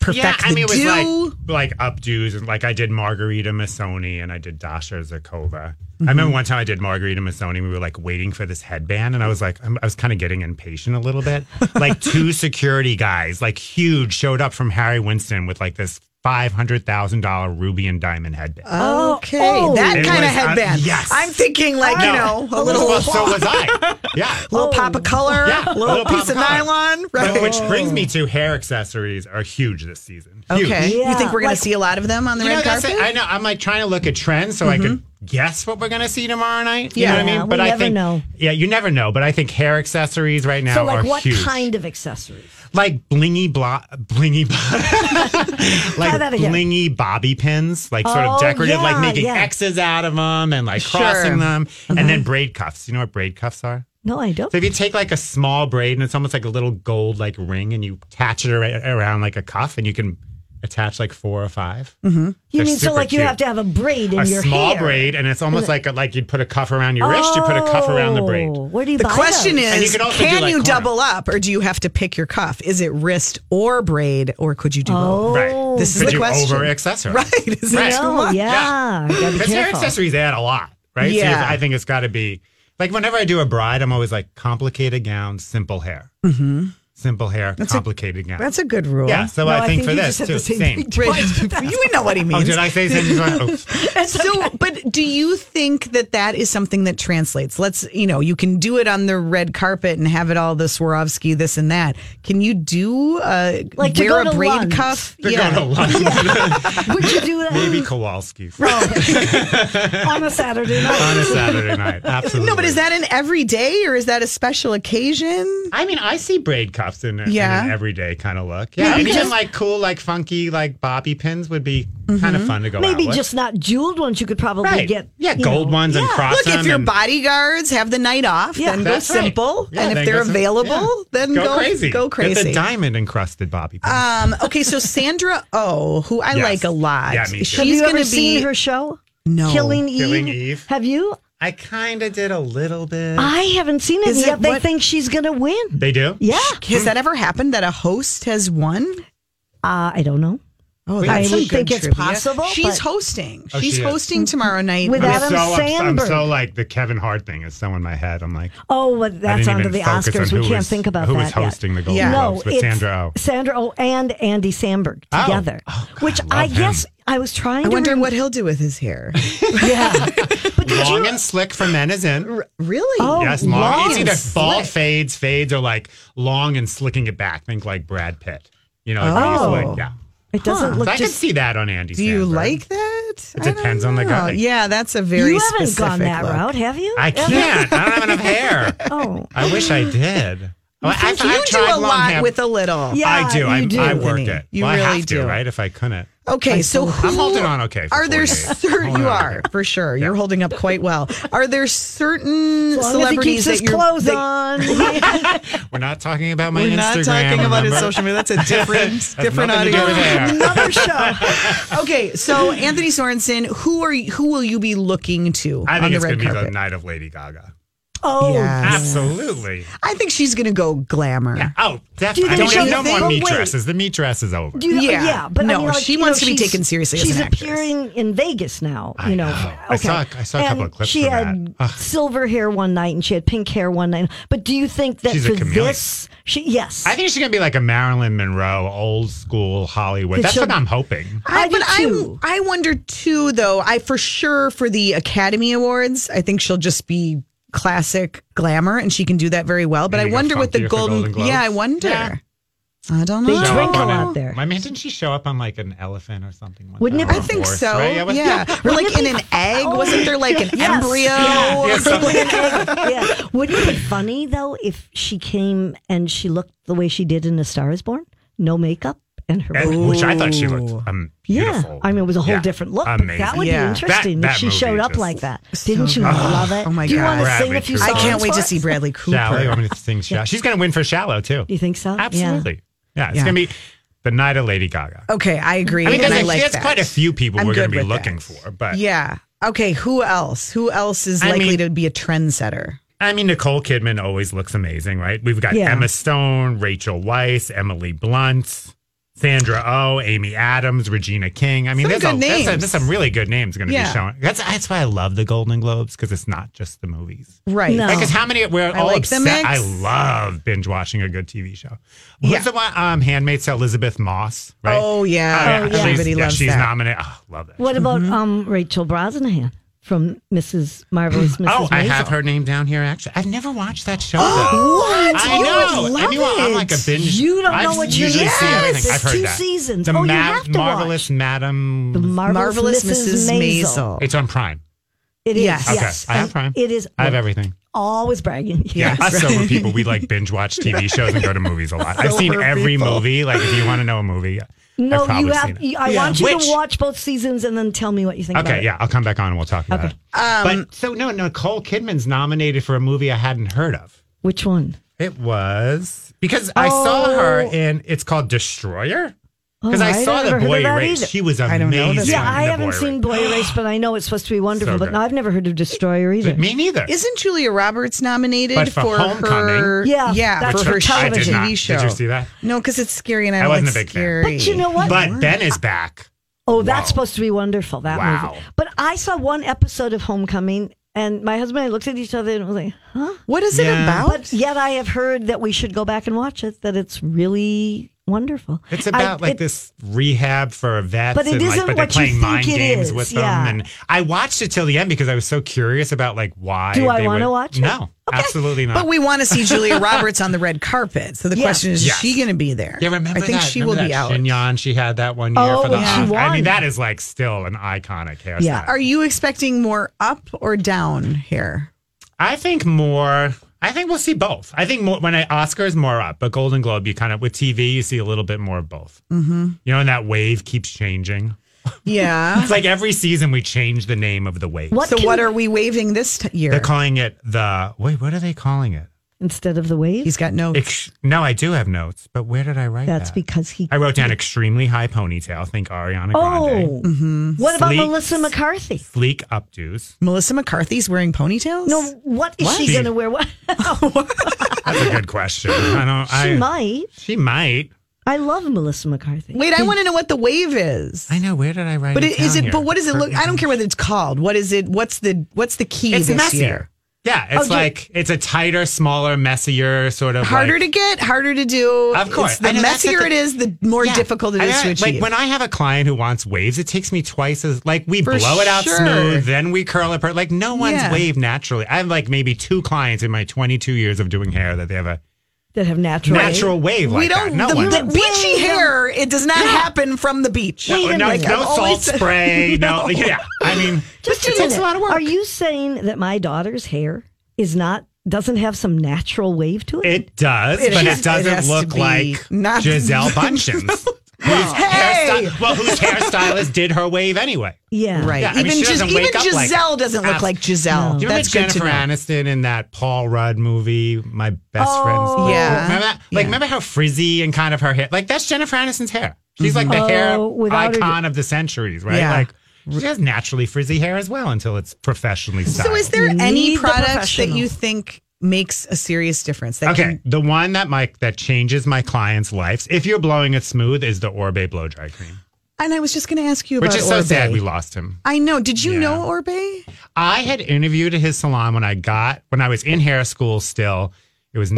S1: perfect
S4: Yeah, I
S1: the
S4: mean, it was
S1: do?
S4: like like updos, and like I did Margarita Missoni and I did Dasha Zarkova.
S1: Mm-hmm.
S4: I remember one time I did Margarita Missoni. We were like waiting for this headband, and I was like, I'm, I was kind of getting impatient a little bit. like two security guys, like huge, showed up from Harry Winston with like this five hundred thousand dollar ruby and diamond headband.
S1: Uh,
S2: Oh,
S1: Okay,
S2: oh.
S1: that
S4: It
S1: kind of
S4: was, uh,
S1: headband.
S4: yes.
S1: I'm thinking like you know a little
S4: well, so was I. Yeah.
S1: little pop of color,
S4: Yeah,
S1: little,
S4: little pop
S1: piece
S4: of
S1: of
S4: color.
S1: nylon,
S4: But-
S1: right?
S4: Which brings me to hair accessories are huge this season. Huge.
S1: Okay,
S2: Yeah,
S1: you think we're gonna
S2: like-
S1: see a lot of them on the
S4: You know,
S1: red
S4: that's
S1: carpet?
S4: it. I know. I'm like trying to look at trends so I could guess what we're going to see tomorrow night. You
S1: Yeah.
S4: know what
S2: Mm-hmm. Yeah, we
S4: I mean? I
S2: never
S4: think,
S2: know.
S4: Yeah, you never know. But I think hair accessories right now
S2: So,
S4: are
S2: like, what
S4: huge.
S2: kind of accessories?
S4: Like blingy, blo- blingy, blo- like
S2: that again.
S4: blingy bobby pins, like sort
S2: Oh,
S4: of decorative, like
S2: yeah,
S4: making
S2: yeah. Uh-huh.
S4: X's out of them and like
S1: Sure.
S4: crossing them, and then braid cuffs. You know what braid cuffs are?
S2: No, I don't.
S4: So if you take like a small braid and it's almost like a little gold like ring, and you attach it ar- around like a cuff, and you can attach like four or 5 Mm-hmm.
S2: You mean so like you have to have a braid in
S4: a
S2: your
S4: small
S2: hair.
S4: braid, and it's almost like a, like you'd put a cuff around your wrist, you put a cuff around the braid.
S2: Oh, Where do you
S1: the
S2: buy
S1: question
S2: those?
S4: And you
S1: is,
S4: could also do,
S1: can
S4: like,
S1: you
S4: corner.
S1: double up, or do you have to pick your cuff? Is it wrist or braid, or could you do both?
S4: Right.
S1: This is
S4: Could
S1: the
S4: you
S1: question.
S4: over accessorize?
S1: Right? Is it
S4: Right.
S1: too
S2: Oh,
S1: much?
S2: yeah. Gotta be
S4: Because hair
S2: careful.
S4: accessories add a lot, right? So
S1: Yeah.
S4: I think it's got to be like whenever I do a bride, I'm always like complicated gown, simple hair. simple hair, complicated gown.
S1: Mm-hmm. That's a good rule.
S4: yeah, so
S5: No,
S4: I think for
S5: you just
S4: this
S5: said
S4: too,
S5: the
S4: same.
S5: same, thing
S1: Right.
S5: twice, but that's
S1: you would know what he
S4: Oh,
S1: means.
S4: did I say same? Oops.
S1: so, but do you think that that is something that translates? Let's, you know, you can do it on the red carpet and have it all the Swarovski, this and that. Can you do uh,
S2: Like to
S1: wear
S2: go
S1: a
S2: to
S1: braid
S2: Lund.
S1: cuff?
S4: They're going to London.
S2: Would you do that?
S4: Maybe Kowalski's
S5: on a Saturday night.
S4: on a Saturday night. Absolutely.
S1: No, but is that an everyday or is that a special occasion?
S4: I mean, I see braid cuffs in, a- in
S1: Yeah.
S4: an everyday kind of look. Yeah, and even like cool, like funky, like bobby pins would be kind
S1: Mm-hmm.
S4: of fun to go out
S2: Maybe
S4: with.
S2: just not jeweled ones. You could probably
S4: right.
S2: get
S4: yeah,
S2: you
S4: gold
S2: know.
S4: ones and cross
S1: Look, if
S4: them
S1: your
S4: and-
S1: bodyguards have the night off,
S2: Yeah.
S1: then go
S4: That's right.
S1: simple.
S4: Yeah,
S1: and
S4: then
S1: if they're
S4: go sim-
S1: available,
S4: yeah.
S1: then go,
S4: crazy.
S1: Go
S4: Get the
S1: crazy.
S4: diamond encrusted bobby pin.
S1: Um, okay, so Sandra Oh, who I
S4: Yes.
S1: like a lot.
S4: Yeah, me too.
S1: She's
S2: Have you
S1: going to
S2: ever
S1: be
S2: seen her show?
S1: No.
S2: Killing Eve.
S4: Killing Eve.
S2: Have you?
S4: I kind of did a little bit.
S2: I haven't seen it
S1: Is
S2: yet.
S1: it
S2: they
S1: what-
S2: think she's going to win.
S4: they do.
S2: Yeah.
S1: Has that ever happened that a host has won?
S2: Uh, I don't know.
S1: Oh,
S2: I
S1: some
S2: would
S1: good
S2: think it's possible,
S1: She's
S2: but-
S1: hosting.
S4: Oh,
S1: She's
S4: she is.
S1: hosting tomorrow night.
S2: With
S4: I'm
S2: Adam
S4: so ups- I'm so
S2: Sandberg.
S4: like the Kevin Hart thing is so in my head. I'm like,
S2: Oh, well,
S4: I
S2: that's
S4: didn't
S2: onto
S4: even
S2: the
S4: focus on
S2: Oscars. We
S4: who
S2: can't
S4: was-
S2: think about
S4: who
S2: that
S4: was hosting
S2: yet.
S4: the Golden
S1: Yeah.
S4: Globes with
S2: it's
S4: Sandra Oh.
S2: Sandra Oh and Andy Samberg
S4: Oh.
S2: together,
S4: Oh, God,
S2: which
S4: love
S2: I
S4: him.
S2: guess I was trying
S1: I
S2: to
S1: wonder
S2: rem-
S1: what he'll do with his hair.
S2: Yeah,
S4: Long and slick for men is in.
S1: really?
S2: Oh,
S4: Yes, long.
S2: long
S4: it's
S2: and
S4: either bald
S2: slick.
S4: fades, fades, or like long and slicking it back. Think like Brad Pitt. You know, like
S1: Oh.
S4: when he's like, yeah.
S2: it doesn't
S4: So
S2: look
S4: I can
S2: just.
S4: see that on Andy.
S1: Do you
S4: Samberg.
S1: like that? It
S4: depends on the guy.
S1: Yeah, that's a very
S2: You haven't
S1: specific
S2: gone that
S1: look.
S2: route, have you?
S4: I
S2: Ever?
S4: can't. I don't have enough hair.
S2: Oh,
S4: I wish I did. Well, I,
S1: You do a lot with a little.
S2: Yeah.
S4: I do. I,
S2: you do,
S4: I work
S1: Anthony.
S4: it.
S1: You
S4: well, I
S1: really
S4: have to,
S1: do.
S4: right? If I couldn't.
S1: Okay, so who
S4: I'm holding on okay for
S1: Are there
S4: 48.
S1: certain
S4: Holding
S1: you
S4: on.
S1: are for sure? You're holding up quite well. Are there certain
S2: as long as he
S1: celebrities
S2: keeps his
S1: that you're
S2: clothes
S1: that-
S2: on.
S4: We're not talking about my
S1: We're
S4: Instagram.
S1: not talking about his
S4: remember?
S1: social media. That's a different
S4: Has
S1: different
S4: nothing
S1: audio.
S4: to do with hair.
S2: Another show.
S1: Okay, so Anthony Sorensen, who are you, who will you be looking to
S4: I
S1: on
S4: think
S1: the
S4: it's
S1: red
S4: going to be the
S1: carpet?
S4: night of Lady Gaga.
S2: Oh,
S1: Yes.
S4: Absolutely.
S1: I think she's going to go glamour.
S4: Oh,
S2: Do you
S4: definitely. I
S2: think
S4: don't need
S1: she'll
S4: no more
S2: think-
S4: meat
S2: But wait.
S4: dresses. The meat dress is over.
S2: Do you,
S1: Yeah.
S2: yeah. but I
S1: No,
S2: mean, like,
S1: she
S2: you
S1: wants
S2: know,
S1: to be
S2: she's-
S1: taken seriously as
S2: She's
S1: an actress.
S2: appearing in Vegas now.
S4: I
S2: you know,
S4: know. I saw- I saw a couple
S2: And
S4: of clips
S2: She
S4: from
S2: had
S4: that. Ugh.
S2: silver hair one night and she had pink hair one night. But do you think that
S4: She's a
S2: for
S4: chameleon.
S2: this, she yes,
S4: I think she's going to be like a Marilyn Monroe, old school Hollywood.
S2: That
S4: That's what
S2: she'll-
S4: I'm hoping.
S2: I do
S1: but
S2: too.
S1: I I wonder too though. I for sure for the Academy Awards, I think she'll just be classic glamour and she can do that very well. But
S4: Maybe
S1: I
S4: go
S1: wonder with
S4: funkier
S1: the
S4: for
S1: golden,
S4: Golden Globes.
S1: Yeah, I wonder.
S4: Yeah.
S1: I don't
S2: They
S1: know.
S2: Show drink up a
S4: on
S2: lot
S4: an-
S2: there.
S4: I mean, didn't she show up on like an elephant or something? one
S2: Wouldn't
S4: time?
S2: it be-
S1: I
S4: Or a
S1: think
S4: horse,
S1: so.
S4: right?
S1: Yeah.
S4: was-
S1: Or like in an egg. Wasn't there like an
S2: Yes.
S1: embryo?
S2: Yeah.
S1: or
S4: Oh, Yeah,
S1: something?
S4: something.
S2: yeah. Wouldn't it be funny though if she came and she looked the way she did in A Star Is Born, no makeup and her
S4: And- which I thought she looked um, beautiful.
S2: Yeah, I mean it was a whole
S4: Yeah.
S2: different look. but
S4: Amazing.
S2: that would
S1: Yeah.
S2: be interesting
S4: That-
S2: if she
S4: that
S2: showed
S4: movie
S2: up
S4: just-
S2: like that. Didn't you love it?
S1: Oh, my
S2: Do you
S1: God.
S2: want to
S4: Bradley
S2: sing a few
S4: Cooper.
S1: I
S2: songs?
S1: can't wait
S2: for
S1: to
S2: us?
S1: see Bradley Cooper.
S4: Shallow. You want me to sing shallow? She's going to win for shallow too.
S2: You think so? Yeah.
S4: Absolutely. Yeah, it's
S1: Yeah.
S4: going to be the night of Lady Gaga.
S1: Okay, I agree.
S4: I mean,
S1: and
S4: there's,
S1: I
S4: a-
S1: like
S4: there's
S1: that.
S4: quite a few people
S1: I'm
S4: we're going
S1: good
S4: to be
S1: with
S4: looking
S1: that.
S4: for, but
S1: Yeah. Okay, who else? Who else is
S4: I
S1: likely
S4: mean-
S1: to be a trendsetter?
S4: I mean, Nicole Kidman always looks amazing, right? We've got
S2: Yeah.
S4: Emma Stone, Rachel Weisz, Emily Blunt, Sandra Oh, Amy Adams, Regina King. I
S1: Some
S4: mean, there's,
S1: good
S4: a, there's, a-
S1: names.
S4: there's some really good names going to
S1: Yeah.
S4: be showing. That's that's why I love the Golden Globes because it's not just the movies.
S1: Right.
S2: No.
S4: Because how many we're all
S1: like the
S4: obsessed.
S1: mix.
S4: I love binge watching a good TV show. What's
S1: Yeah.
S4: the one? Um, Handmaid's Tale, Elizabeth Moss, right? Uh,
S1: Oh, yeah. Oh,
S4: She's-
S1: Everybody loves
S4: She's
S1: that.
S4: nominated. Oh, love that.
S2: What about um, Rachel Brosnahan from Mrs. Marvelous Mrs.
S4: Oh, I have
S2: Maisel?
S4: her name down here. Actually, I've never watched that show.
S1: Oh,
S4: though.
S1: What?
S4: I
S1: You
S4: know.
S1: would love
S4: And you are- I'm like a
S1: it.
S4: binge.
S2: You don't
S4: I've
S2: know what you're
S4: usually
S2: missing.
S4: see everything.
S2: Yes,
S4: I've heard
S2: two
S4: that.
S2: seasons.
S4: The
S2: Oh, you
S4: Ma-
S2: have to watch.
S4: marvelous Madam.
S2: The marvelous,
S1: Marvelous
S2: Mrs. Maisel.
S4: it's on Prime.
S2: It is.
S1: Yes.
S2: Yes.
S1: Okay,
S4: I have
S2: And
S4: Prime.
S2: It is.
S4: I have everything.
S2: Always bragging.
S4: Yeah,
S1: Yes,
S4: us sober people, we like binge watch TV shows and go to movies a lot. I've seen
S1: Sober
S4: every
S1: people.
S4: movie. Like, if you want to know a movie,
S2: No,
S4: I've probably
S2: you have.
S4: seen it.
S2: you- I want you
S4: Which-
S2: to watch both seasons and then tell me what you think. about
S4: Okay,
S2: it.
S4: yeah, I'll come back on and we'll talk about it. but so no, Nicole Kidman's nominated for a movie I hadn't heard of.
S2: Which one?
S4: It was because I saw her in it's called Destroyer. Because
S2: Oh,
S4: I
S2: I
S4: saw the
S2: never heard of
S4: boy
S2: that
S4: race.
S2: either.
S4: She was amazing.
S1: don't know this
S2: Yeah,
S4: in
S2: I
S4: The
S2: haven't
S4: Boy
S2: seen
S4: Race.
S2: Boy Race, but I know it's supposed to be wonderful.
S4: So
S2: but
S4: good.
S2: I've never heard of Destroyer either.
S4: Me neither.
S1: Isn't Julia Roberts nominated
S4: But for Homecoming-
S1: her?
S2: Yeah,
S1: yeah,
S2: that's
S1: for
S4: Which
S2: for
S1: her
S4: I did
S2: television.
S4: not.
S1: TV show.
S4: Did you see that?
S1: No, because it's scary, and I,
S4: I
S1: don't
S4: wasn't
S1: like
S4: a big fan.
S1: scary.
S2: but you know what?
S4: But Ben is back.
S2: oh, that's
S4: Wow.
S2: supposed to be wonderful. That
S4: Wow.
S2: movie. But I saw one episode of Homecoming. And my husband and I looked at each other and was like, huh?
S1: What is it
S4: Yeah.
S1: about?
S2: But yet I have heard that we should go back and watch it, that it's really wonderful.
S4: It's
S2: I-
S4: about like
S2: it-
S4: this rehab for vets,
S2: But it
S4: and
S2: isn't
S4: like, but they're
S2: what you
S4: playing
S2: think
S4: mind
S2: it
S4: games
S2: is,
S4: with
S2: yeah.
S4: them. And I watched it till the end because I was so curious about like why.
S2: Do I
S4: they
S2: wanna
S4: would-
S2: watch it?
S4: No, absolutely not.
S1: But we want to see Julia Roberts on the red carpet. So the
S2: Yeah.
S1: question is, is
S4: Yes.
S1: she going to be there?
S4: yeah, remember
S1: I think
S4: that?
S1: she
S4: Remember
S1: will be
S4: that
S1: out.
S4: Shinyan, she had that one year
S2: Oh,
S4: for the.
S2: and she
S4: Oscar. I
S2: won.
S4: mean, that is like still an iconic hairstyle.
S2: Yeah.
S1: Are you expecting more up or down here?
S4: I think more. I think we'll see both. I think more, when I Oscars more up, but Golden Globe, you kind of with TV, you see a little bit more of both. Mm-hmm. You know, and that wave keeps changing.
S1: Yeah.
S4: It's like every season we change the name of the wave.
S2: What
S1: so
S2: can-
S1: what are we waving this t- year?
S4: They're calling it the wait. What are they calling it?
S2: Instead of the wave?
S1: He's got no.
S4: Ex- no, I do have notes, but where did I write
S2: That's
S4: that?
S2: because he.
S4: I wrote down extremely high ponytail. Think Ariana Grande.
S2: Oh,
S1: Mm-hmm.
S2: what about
S4: Sleek.
S2: Melissa McCarthy?
S4: Sleek updos.
S1: Melissa McCarthy's wearing ponytails?
S2: No, what is
S1: What?
S2: she going to wear? What?
S4: That's a good question. I don't.
S2: she
S4: I,
S2: might.
S4: She might.
S2: I love Melissa McCarthy.
S1: Wait, I want to know what the wave is.
S4: I know. Where did I write?
S1: But
S4: it
S1: it, is
S4: down
S1: it?
S4: here?
S1: But what does it look? I don't care what it's called. What is it? What's the what's the key
S4: It's
S1: this
S4: messier.
S1: year?
S4: Yeah,
S1: Oh,
S4: it's
S2: do-
S4: like it's a tighter, smaller, messier sort of
S1: Harder
S4: like-
S1: to get, harder to do.
S4: Of course.
S1: It's the
S4: I know, that's the
S1: messier it
S4: thing.
S1: is, the more
S4: Yeah.
S1: difficult it
S4: I
S1: is to
S4: know,
S1: achieve.
S4: Like when I have a client who wants waves, it takes me twice as like we
S1: For
S4: blow it out
S1: sure.
S4: smooth, then we curl it. per- Like no one's
S1: Yeah.
S4: wave naturally. I have like maybe two clients in my 22 years of doing hair that they have a
S2: that have natural.
S4: natural wave like
S1: we don't.
S4: that. No
S1: the,
S4: one.
S1: the beachy
S2: Wait a-
S1: hair. It does not happen from the beach.
S4: Oh, no, no,
S2: minute.
S4: no
S2: I'm
S4: salt
S1: always-
S4: spray. no. yeah. I mean,
S2: Just
S4: it
S2: a
S4: takes a
S2: minute.
S4: lot of work.
S2: Are you saying that my daughter's hair is not doesn't have some natural wave to it?
S4: It does,
S1: It
S4: but
S1: has-
S4: it
S1: it
S4: doesn't
S1: has to
S4: look
S1: be
S4: like
S1: not-
S4: Giselle Bundchen's. Whose
S1: Hey!
S4: hairstyle, well, whose hairstylist did her wave anyway?
S2: yeah,
S1: Right.
S4: Yeah, I mean,
S1: even
S4: she
S1: Gis-
S4: doesn't
S1: even
S4: wake up like
S1: Giselle doesn't look
S4: ask-
S1: like Giselle.
S4: Do you
S1: That's good
S4: remember
S1: to
S4: Jennifer
S1: know.
S4: Aniston in that Paul Rudd movie, My Best Friend's?
S1: Oh, Yeah.
S4: Remember that? Like,
S1: Yeah.
S4: remember how frizzy and kind of her hair? Like, that's Jennifer Aniston's hair. She's like
S1: Mm-hmm.
S4: the
S2: Oh,
S4: hair
S2: without her-
S4: icon of the centuries, right?
S1: Yeah.
S4: Like, she has naturally frizzy hair as well until it's professionally styled.
S1: So, is there
S2: You
S1: any
S2: need the
S1: product that
S2: professional.
S1: you think makes a serious difference? That
S4: Okay,
S1: can-
S4: the one that my that changes my clients' lives, if you're blowing it smooth, is the Orbe blow dry cream,
S1: and I was just going to ask you
S4: which
S1: about
S4: is so
S1: Orbe.
S4: sad we lost him.
S1: I know. Did you
S4: Yeah.
S1: know Orbe?
S4: I had interviewed at his salon when I got when I was in hair school still. It was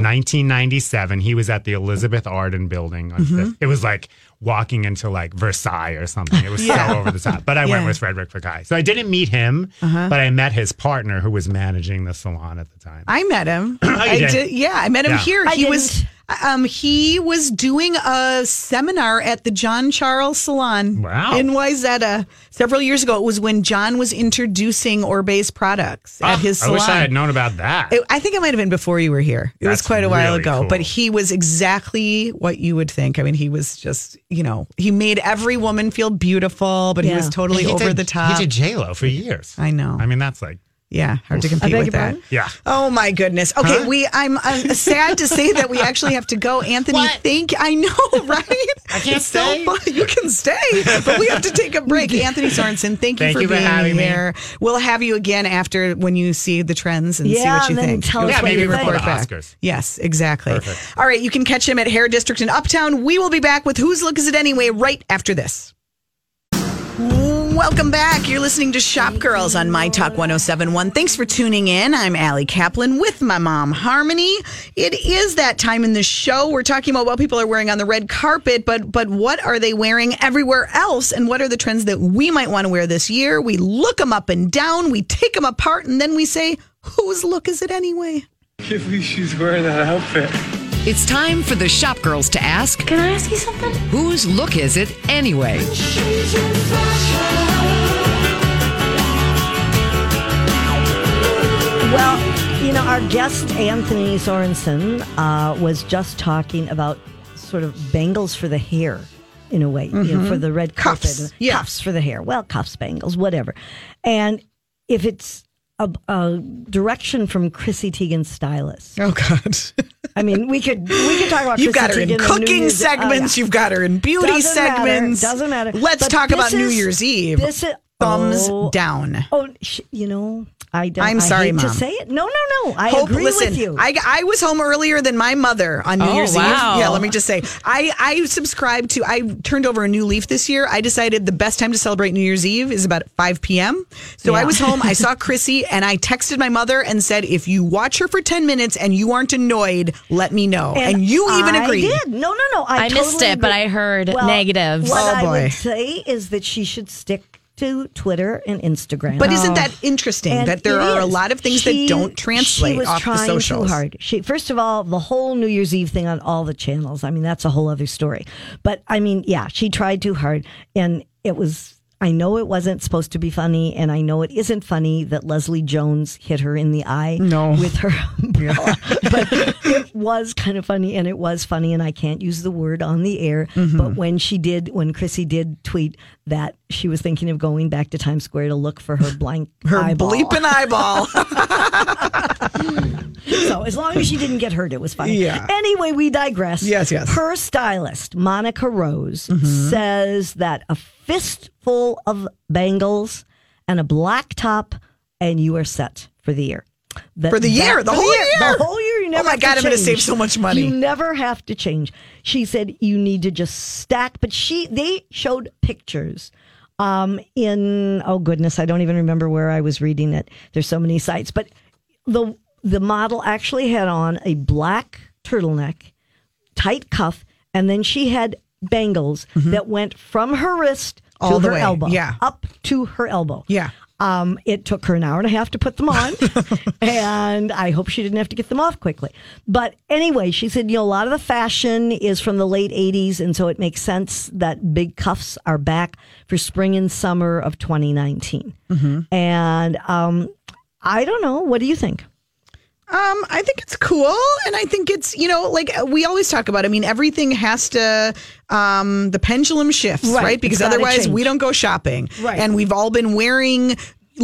S4: 1997. He was at the Elizabeth Arden building on
S1: Mm-hmm.
S4: Fifth. It was like walking into like Versailles or something. It was so over the top. But I
S1: Yeah. Uh-huh.
S4: went with Frederick Fakai. So I didn't meet him, but I met his partner who was managing the salon at the time.
S1: I met him. I
S4: did?
S1: Yeah, I met him
S4: Yeah.
S1: here.
S2: I
S1: he was um he was doing a seminar at the John Charles Salon
S4: Wow.
S1: in Wayzata several years ago. It was when John was introducing Orbe's products at
S4: Ah,
S1: his
S4: I
S1: salon.
S4: wish I had known about that.
S1: It- I think it might have been before you were here. It was
S4: That's
S1: quite a while
S4: really
S1: ago,
S4: cool.
S1: but he was exactly what you would think. I mean, he was just, you know, he made every woman feel beautiful, but he
S2: Yeah.
S1: was totally
S4: He
S1: over
S4: did-
S1: the top.
S4: He did J Lo for years.
S1: I know.
S4: I mean, that's like
S1: yeah, hard to
S2: I
S1: compete
S2: beg
S1: with
S2: your
S1: that.
S2: pardon?
S4: yeah.
S1: Oh my goodness. Okay, we I'm uh, sad to say that we actually have to go. Anthony,
S4: What?
S1: thank I know, right? I
S4: can't
S1: it's so
S4: stay?
S1: fun. You can stay, but we have to take a break. Anthony Sorensen, thank you
S4: Thank
S1: for
S4: you for
S1: being
S4: having me.
S1: here. We'll have you again after when you see the trends and see
S2: Yeah,
S1: what you
S2: and then
S1: think.
S2: tell us
S4: Yeah, what maybe you before
S1: report
S4: think. the
S1: back.
S4: Oscars.
S1: Yes, exactly.
S4: Perfect.
S1: All right, you can catch him at Hair District in Uptown. We will be back with Whose Look Is It Anyway right after this. Welcome back. You're listening to Shop Girls on My Talk 1071. Thanks for tuning in. I'm Allie Kaplan with my mom, Harmony. It is that time in the show. We're talking about what people are wearing on the red carpet, but but what are they wearing everywhere else? And what are the trends that we might want to wear this year? We look them up and down, we take them apart, and then we say, whose look is it anyway?
S6: can't believe she's wearing that outfit.
S7: It's time for the shop girls to ask
S5: Can I ask you something?
S7: whose look is it anyway?
S2: Well, you know, our guest Anthony Sorensen uh, was just talking about sort of bangles for the hair, in a way, you know, for the red carpet,
S1: Mm-hmm. Cuffs,
S2: and
S1: yeah.
S2: cuffs for the hair. Well, cuffs, bangles, whatever. And if it's a, a direction from Chrissy Teigen's stylist,
S1: Oh, God.
S2: I mean, we could we could talk about
S1: You've
S2: Chrissy
S1: got her in
S2: Teigen and New
S1: cooking
S2: Year's- oh, yeah.
S1: segments. You've got her in beauty
S2: Doesn't matter,
S1: segments.
S2: doesn't matter.
S1: Let's
S2: But
S1: talk
S2: this
S1: about New
S2: is-
S1: Year's Eve.
S2: This is,
S1: Thumbs
S2: Oh.
S1: down.
S2: Oh, sh- you know, I don't.
S1: I'm
S2: I
S1: sorry,
S2: hate to
S1: Mom.
S2: say it. No, no, no. I
S1: Hope-
S2: agree
S1: listen,
S2: with you.
S1: I, I was home earlier than my mother on New
S8: Oh,
S1: Year's
S8: wow.
S1: Eve. Yeah, let me just say. I, I subscribed to, I turned over a new leaf this year. I decided the best time to celebrate New Year's Eve is about 5 p.m. So I was home, I saw Chrissy, and I texted my mother and said, if you watch her for 10 minutes and you aren't annoyed, let me know. And, you even
S2: I
S1: agreed.
S2: did. No, no, no. I,
S8: I missed
S2: totally
S8: it, but
S2: agree.
S8: I heard negatives.
S2: What
S1: Oh,
S2: I
S1: boy.
S2: would say is that she should stick to Twitter and Instagram.
S1: But
S8: Oh.
S1: isn't that interesting
S2: And
S1: that there
S2: it
S1: are a
S2: is.
S1: lot of things
S2: She-
S1: that don't translate
S2: she was
S1: off
S2: trying
S1: the socials?
S2: Too hard. She, first of all, the whole New Year's Eve thing on all the channels. I mean, that's a whole other story. But I mean, yeah, she tried too hard, and it was. I know it wasn't supposed to be funny, and I know it isn't funny that Leslie Jones hit her in the eye
S1: No.
S2: with her umbrella. but it was kind of funny, and it was funny, and I can't use the word on the air.
S1: Mm-hmm.
S2: But when she did, when Chrissy did tweet that she was thinking of going back to Times Square to look for her blank
S1: Her
S2: eyeball.
S1: bleeping eyeball.
S2: So as long as she didn't get hurt, it was fine.
S1: Yeah.
S2: Anyway, we digress.
S1: Yes, yes. Mm-hmm.
S2: Her stylist, Monica Rose, says that a fistful of bangles and a black top, and you are set for the year. That-
S1: For the year? The
S2: for
S1: whole year?
S2: The whole year. You
S1: Oh
S2: never.
S1: my
S2: have
S1: God, I'm gonna
S2: change.
S1: save so much money.
S2: You never have to change. She said you need to just stack. But she, they showed pictures um, in oh goodness, I don't even remember where I was reading it. There's so many sites, but the the model actually had on a black turtleneck, tight cuff, and then she had bangles that went from her wrist
S1: All
S2: to
S1: Mm-hmm. the
S2: her
S1: way,
S2: elbow,
S1: yeah.
S2: up to her elbow,
S1: Yeah.
S2: um, it took her an hour and a half to put them on, and I hope she didn't have to get them off quickly. But anyway, she said, you know, a lot of the fashion is from the late 80s, and so it makes sense that big cuffs are back for spring and summer of 2019.
S1: Mm-hmm.
S2: And um, I don't know. What do you think?
S1: Um, I think it's cool, and I think it's you know like uh, we always talk about. I mean, everything has to um, the pendulum shifts, right?
S2: Right.
S1: Because
S2: It's gotta
S1: otherwise, we
S2: change.
S1: don't go shopping,
S2: Right.
S1: And we've all been wearing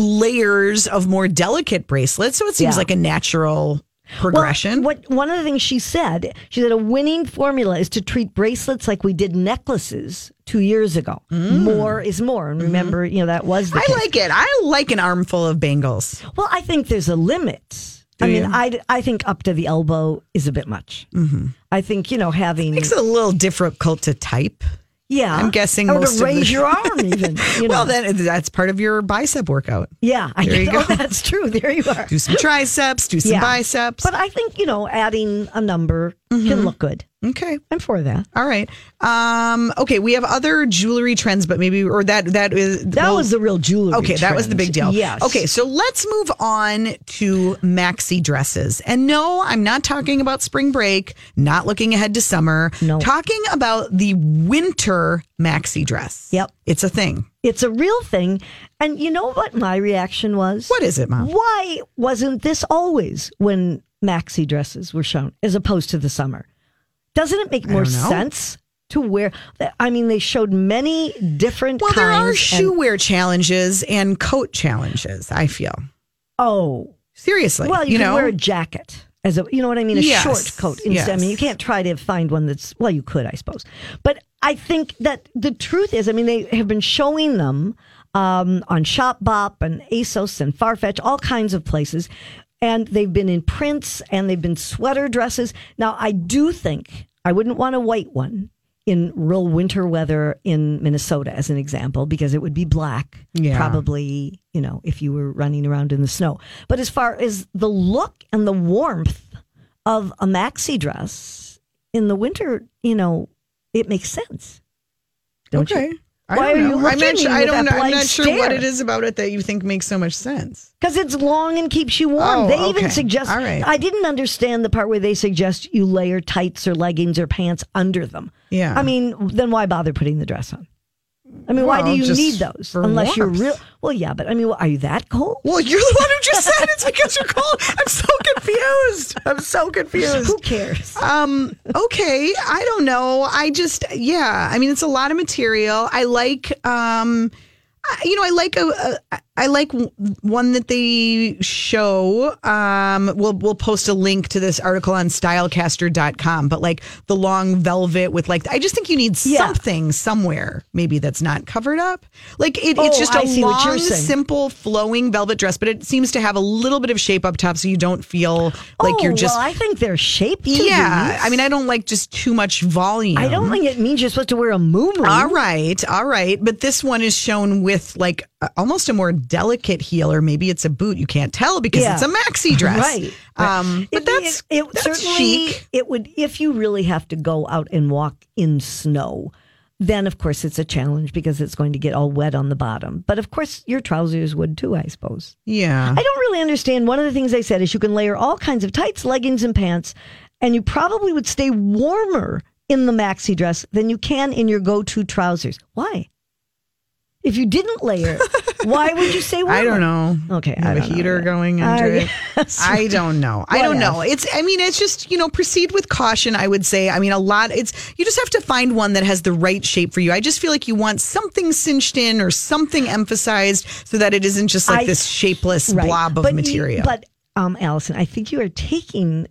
S1: layers of more delicate bracelets, so it seems
S2: Yeah.
S1: like a natural progression.
S2: Well, what one of the things she said, she said a winning formula is to treat bracelets like we did necklaces two years ago. More is more, and remember, you know that was. The
S1: Mm. I
S2: case.
S1: like it. I like an armful of bangles.
S2: Well, I think there's a limit. I mean, I, I think up to the elbow is a bit much. Mm-hmm. I think, you know, having,
S1: Makes it a little difficult to type.
S2: yeah.
S1: I'm guessing
S2: Or
S1: most of
S2: to
S1: the-
S2: raise your arm even. You
S1: Well,
S2: know.
S1: then uh, that's part of your bicep workout.
S2: yeah. I
S1: there you
S2: know
S1: go.
S2: that's true. There you are.
S1: Do some triceps. Do some
S2: Yeah.
S1: biceps. Mm-hmm.
S2: But I think, you know, adding a number can look good.
S1: okay.
S2: I'm for that.
S1: All right. Um, okay, we have other jewelry trends, but maybe or that that is
S2: That was the real jewelry.
S1: Okay, that was the
S2: trend.
S1: big deal.
S2: Yes.
S1: Okay, so let's move on to maxi dresses. And no, I'm not talking about spring break, not looking ahead to summer.
S2: No.
S1: Talking about the winter maxi dress.
S2: Yep.
S1: It's a thing.
S2: It's a real thing. And you know what my reaction was?
S1: What is it, Mom?
S2: Why wasn't this always when maxi dresses were shown as opposed to the summer? Doesn't it make more
S1: don't know.
S2: sense to wear? I mean, they showed many different
S1: Well, there are
S2: kinds and-
S1: shoe wear challenges and coat challenges, I feel.
S2: oh,
S1: Seriously.
S2: well, you,
S1: you
S2: can
S1: know?
S2: wear a jacket as a, you know what I mean, a
S1: Yes,
S2: short coat. Instead. I mean,
S1: yes.
S2: you can't try to find one that's well, you could, I suppose, but I think that the truth is, I mean, they have been showing them um, on Shopbop and ASOS and Farfetch, all kinds of places, and they've been in prints and they've been sweater dresses. Now, I do think I wouldn't want a white one. In real winter weather in Minnesota, as an example, because it would be black,
S1: Yeah.
S2: probably probably, you know, if you were running around in the snow. But as far as the look and the warmth of a maxi dress in the winter, you know, it makes sense. Don't you?
S1: okay. I
S2: Why
S1: don't
S2: are you
S1: know. I'm
S2: looking
S1: not,
S2: at
S1: su-
S2: me
S1: I
S2: with
S1: don't
S2: that
S1: know. I'm
S2: blank
S1: not sure what
S2: stare?
S1: it is about it that you think makes so much sense.
S2: Because it's long and keeps you warm.
S1: Oh,
S2: they
S1: okay.
S2: even suggest.
S1: All right.
S2: I didn't understand the part where they suggest you layer tights or leggings or pants under them.
S1: Yeah.
S2: I mean, then why bother putting the dress on? I mean, why
S1: Well,
S2: do you
S1: just
S2: need those
S1: for
S2: unless you're
S1: warmth.
S2: real? Well, yeah, but I mean, are you that cold?
S1: Well, you're the one who just said it's because you're cold. I'm so confused. I'm so confused.
S2: Who cares?
S1: Um, okay, I don't know. I just yeah, I mean it's a lot of material. I like um I, you know, I like a, a I like w- one that they show. Um, we'll we'll post a link to this article on stylecaster.com, but like the long velvet with like I just think you need
S2: Yeah.
S1: something somewhere maybe that's not covered up. Like it, it's
S2: Oh,
S1: just
S2: I
S1: a
S2: see what you're
S1: long,
S2: saying.
S1: simple, flowing velvet dress, but it seems to have a little bit of shape up top so you don't feel like
S2: oh,
S1: you're just
S2: Well, I think they're shaped. To
S1: Yeah.
S2: these.
S1: I mean I don't like just too much volume.
S2: I don't think it means you're supposed to wear a moo
S1: All right, all right. But this one is shown with like a- almost a more delicate heel, or maybe it's a boot. You can't tell because
S2: Yeah.
S1: it's a maxi dress.
S2: Right.
S1: Um, but
S2: It-
S1: that's,
S2: it, it
S1: that's
S2: certainly
S1: chic.
S2: it would if you really have to go out and walk in snow. Then of course it's a challenge because it's going to get all wet on the bottom. But of course your trousers would too, I suppose.
S1: Yeah.
S2: I don't really understand. One of the things they said is you can layer all kinds of tights, leggings, and pants, and you probably would stay warmer in the maxi dress than you can in your go-to trousers. Why? If you didn't layer, why would you stay warmer?
S1: I don't know.
S2: Okay,
S1: You have
S2: I
S1: a
S2: don't know
S1: heater
S2: either.
S1: going into
S2: I
S1: it.
S2: guess.
S1: I don't know. I don't
S2: What
S1: know. It's. I mean, it's just you know, proceed with caution. I would say. I mean, a lot. It's you just have to find one that has the right shape for you. I just feel like you want something cinched in or something emphasized so that it isn't just like
S2: I-
S1: this shapeless
S2: Right.
S1: blob of
S2: But you-
S1: material.
S2: but um, Allison, I think you are taking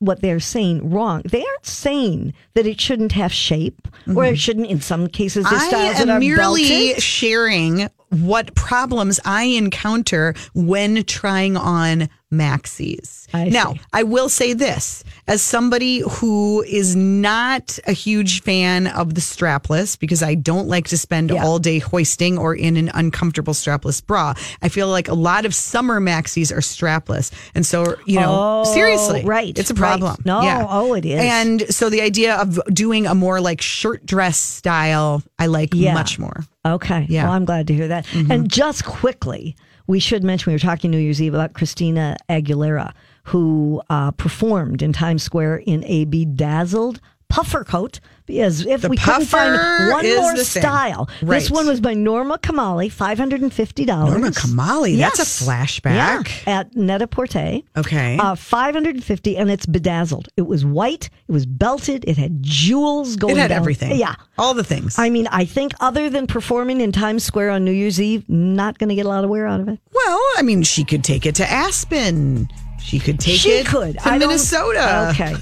S2: what they're saying wrong. They aren't saying that it shouldn't have shape, or it shouldn't. In some cases, the styles
S1: Mm-hmm. I
S2: that are
S1: am merely
S2: belted.
S1: sharing what problems I encounter when trying on maxis.
S2: I
S1: now,
S2: see.
S1: I will say this as somebody who is not a huge fan of the strapless because I don't like to spend
S2: Yeah.
S1: all day hoisting or in an uncomfortable strapless bra. I feel like a lot of summer maxis are strapless. And so, you know,
S2: Oh,
S1: seriously,
S2: right,
S1: it's a
S2: right.
S1: problem.
S2: No, oh, it is.
S1: And so the idea of doing a more like shirt dress style, I like
S2: Yeah.
S1: much more.
S2: Okay.
S1: Yeah. Mm-hmm.
S2: Well, I'm glad to hear that. And just quickly, we should mention we were talking New Year's Eve about Christina Aguilera, who uh, performed in Times Square in a bedazzled puffer coat. Because if
S1: The
S2: we couldn't
S1: puffer
S2: find one
S1: is
S2: more
S1: the thing.
S2: style,
S1: Right.
S2: this one was by Norma Kamali, five hundred and fifty dollars.
S1: Norma Kamali, that's a flashback.
S2: at Netta Porte.
S1: Okay.
S2: Uh, 550 and it's bedazzled. It was white, it was belted, it had jewels going
S1: it had
S2: down.
S1: everything.
S2: Yeah.
S1: All the things.
S2: I mean, I think other than performing in Times Square on New Year's Eve, not going to get a lot of wear out of it.
S1: well, I mean, she could take it to Aspen. She could take
S2: she
S1: it
S2: could.
S1: to
S2: I don't-
S1: Minnesota.
S2: Okay.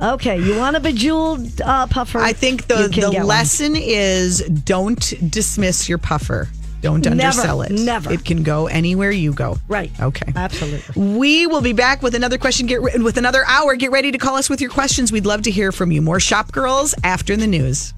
S2: okay. You want a bejeweled uh, puffer?
S1: I think
S2: you
S1: the,
S2: can
S1: the
S2: get one.
S1: lesson is don't dismiss your puffer. Don't
S2: Never,
S1: undersell it.
S2: never.
S1: It can go anywhere you go.
S2: Right. Uh,
S1: Okay.
S2: Absolutely.
S1: We will be back with another question. Get re- with another hour. Get ready to call us with your questions. We'd love to hear from you. More shop girls after the news.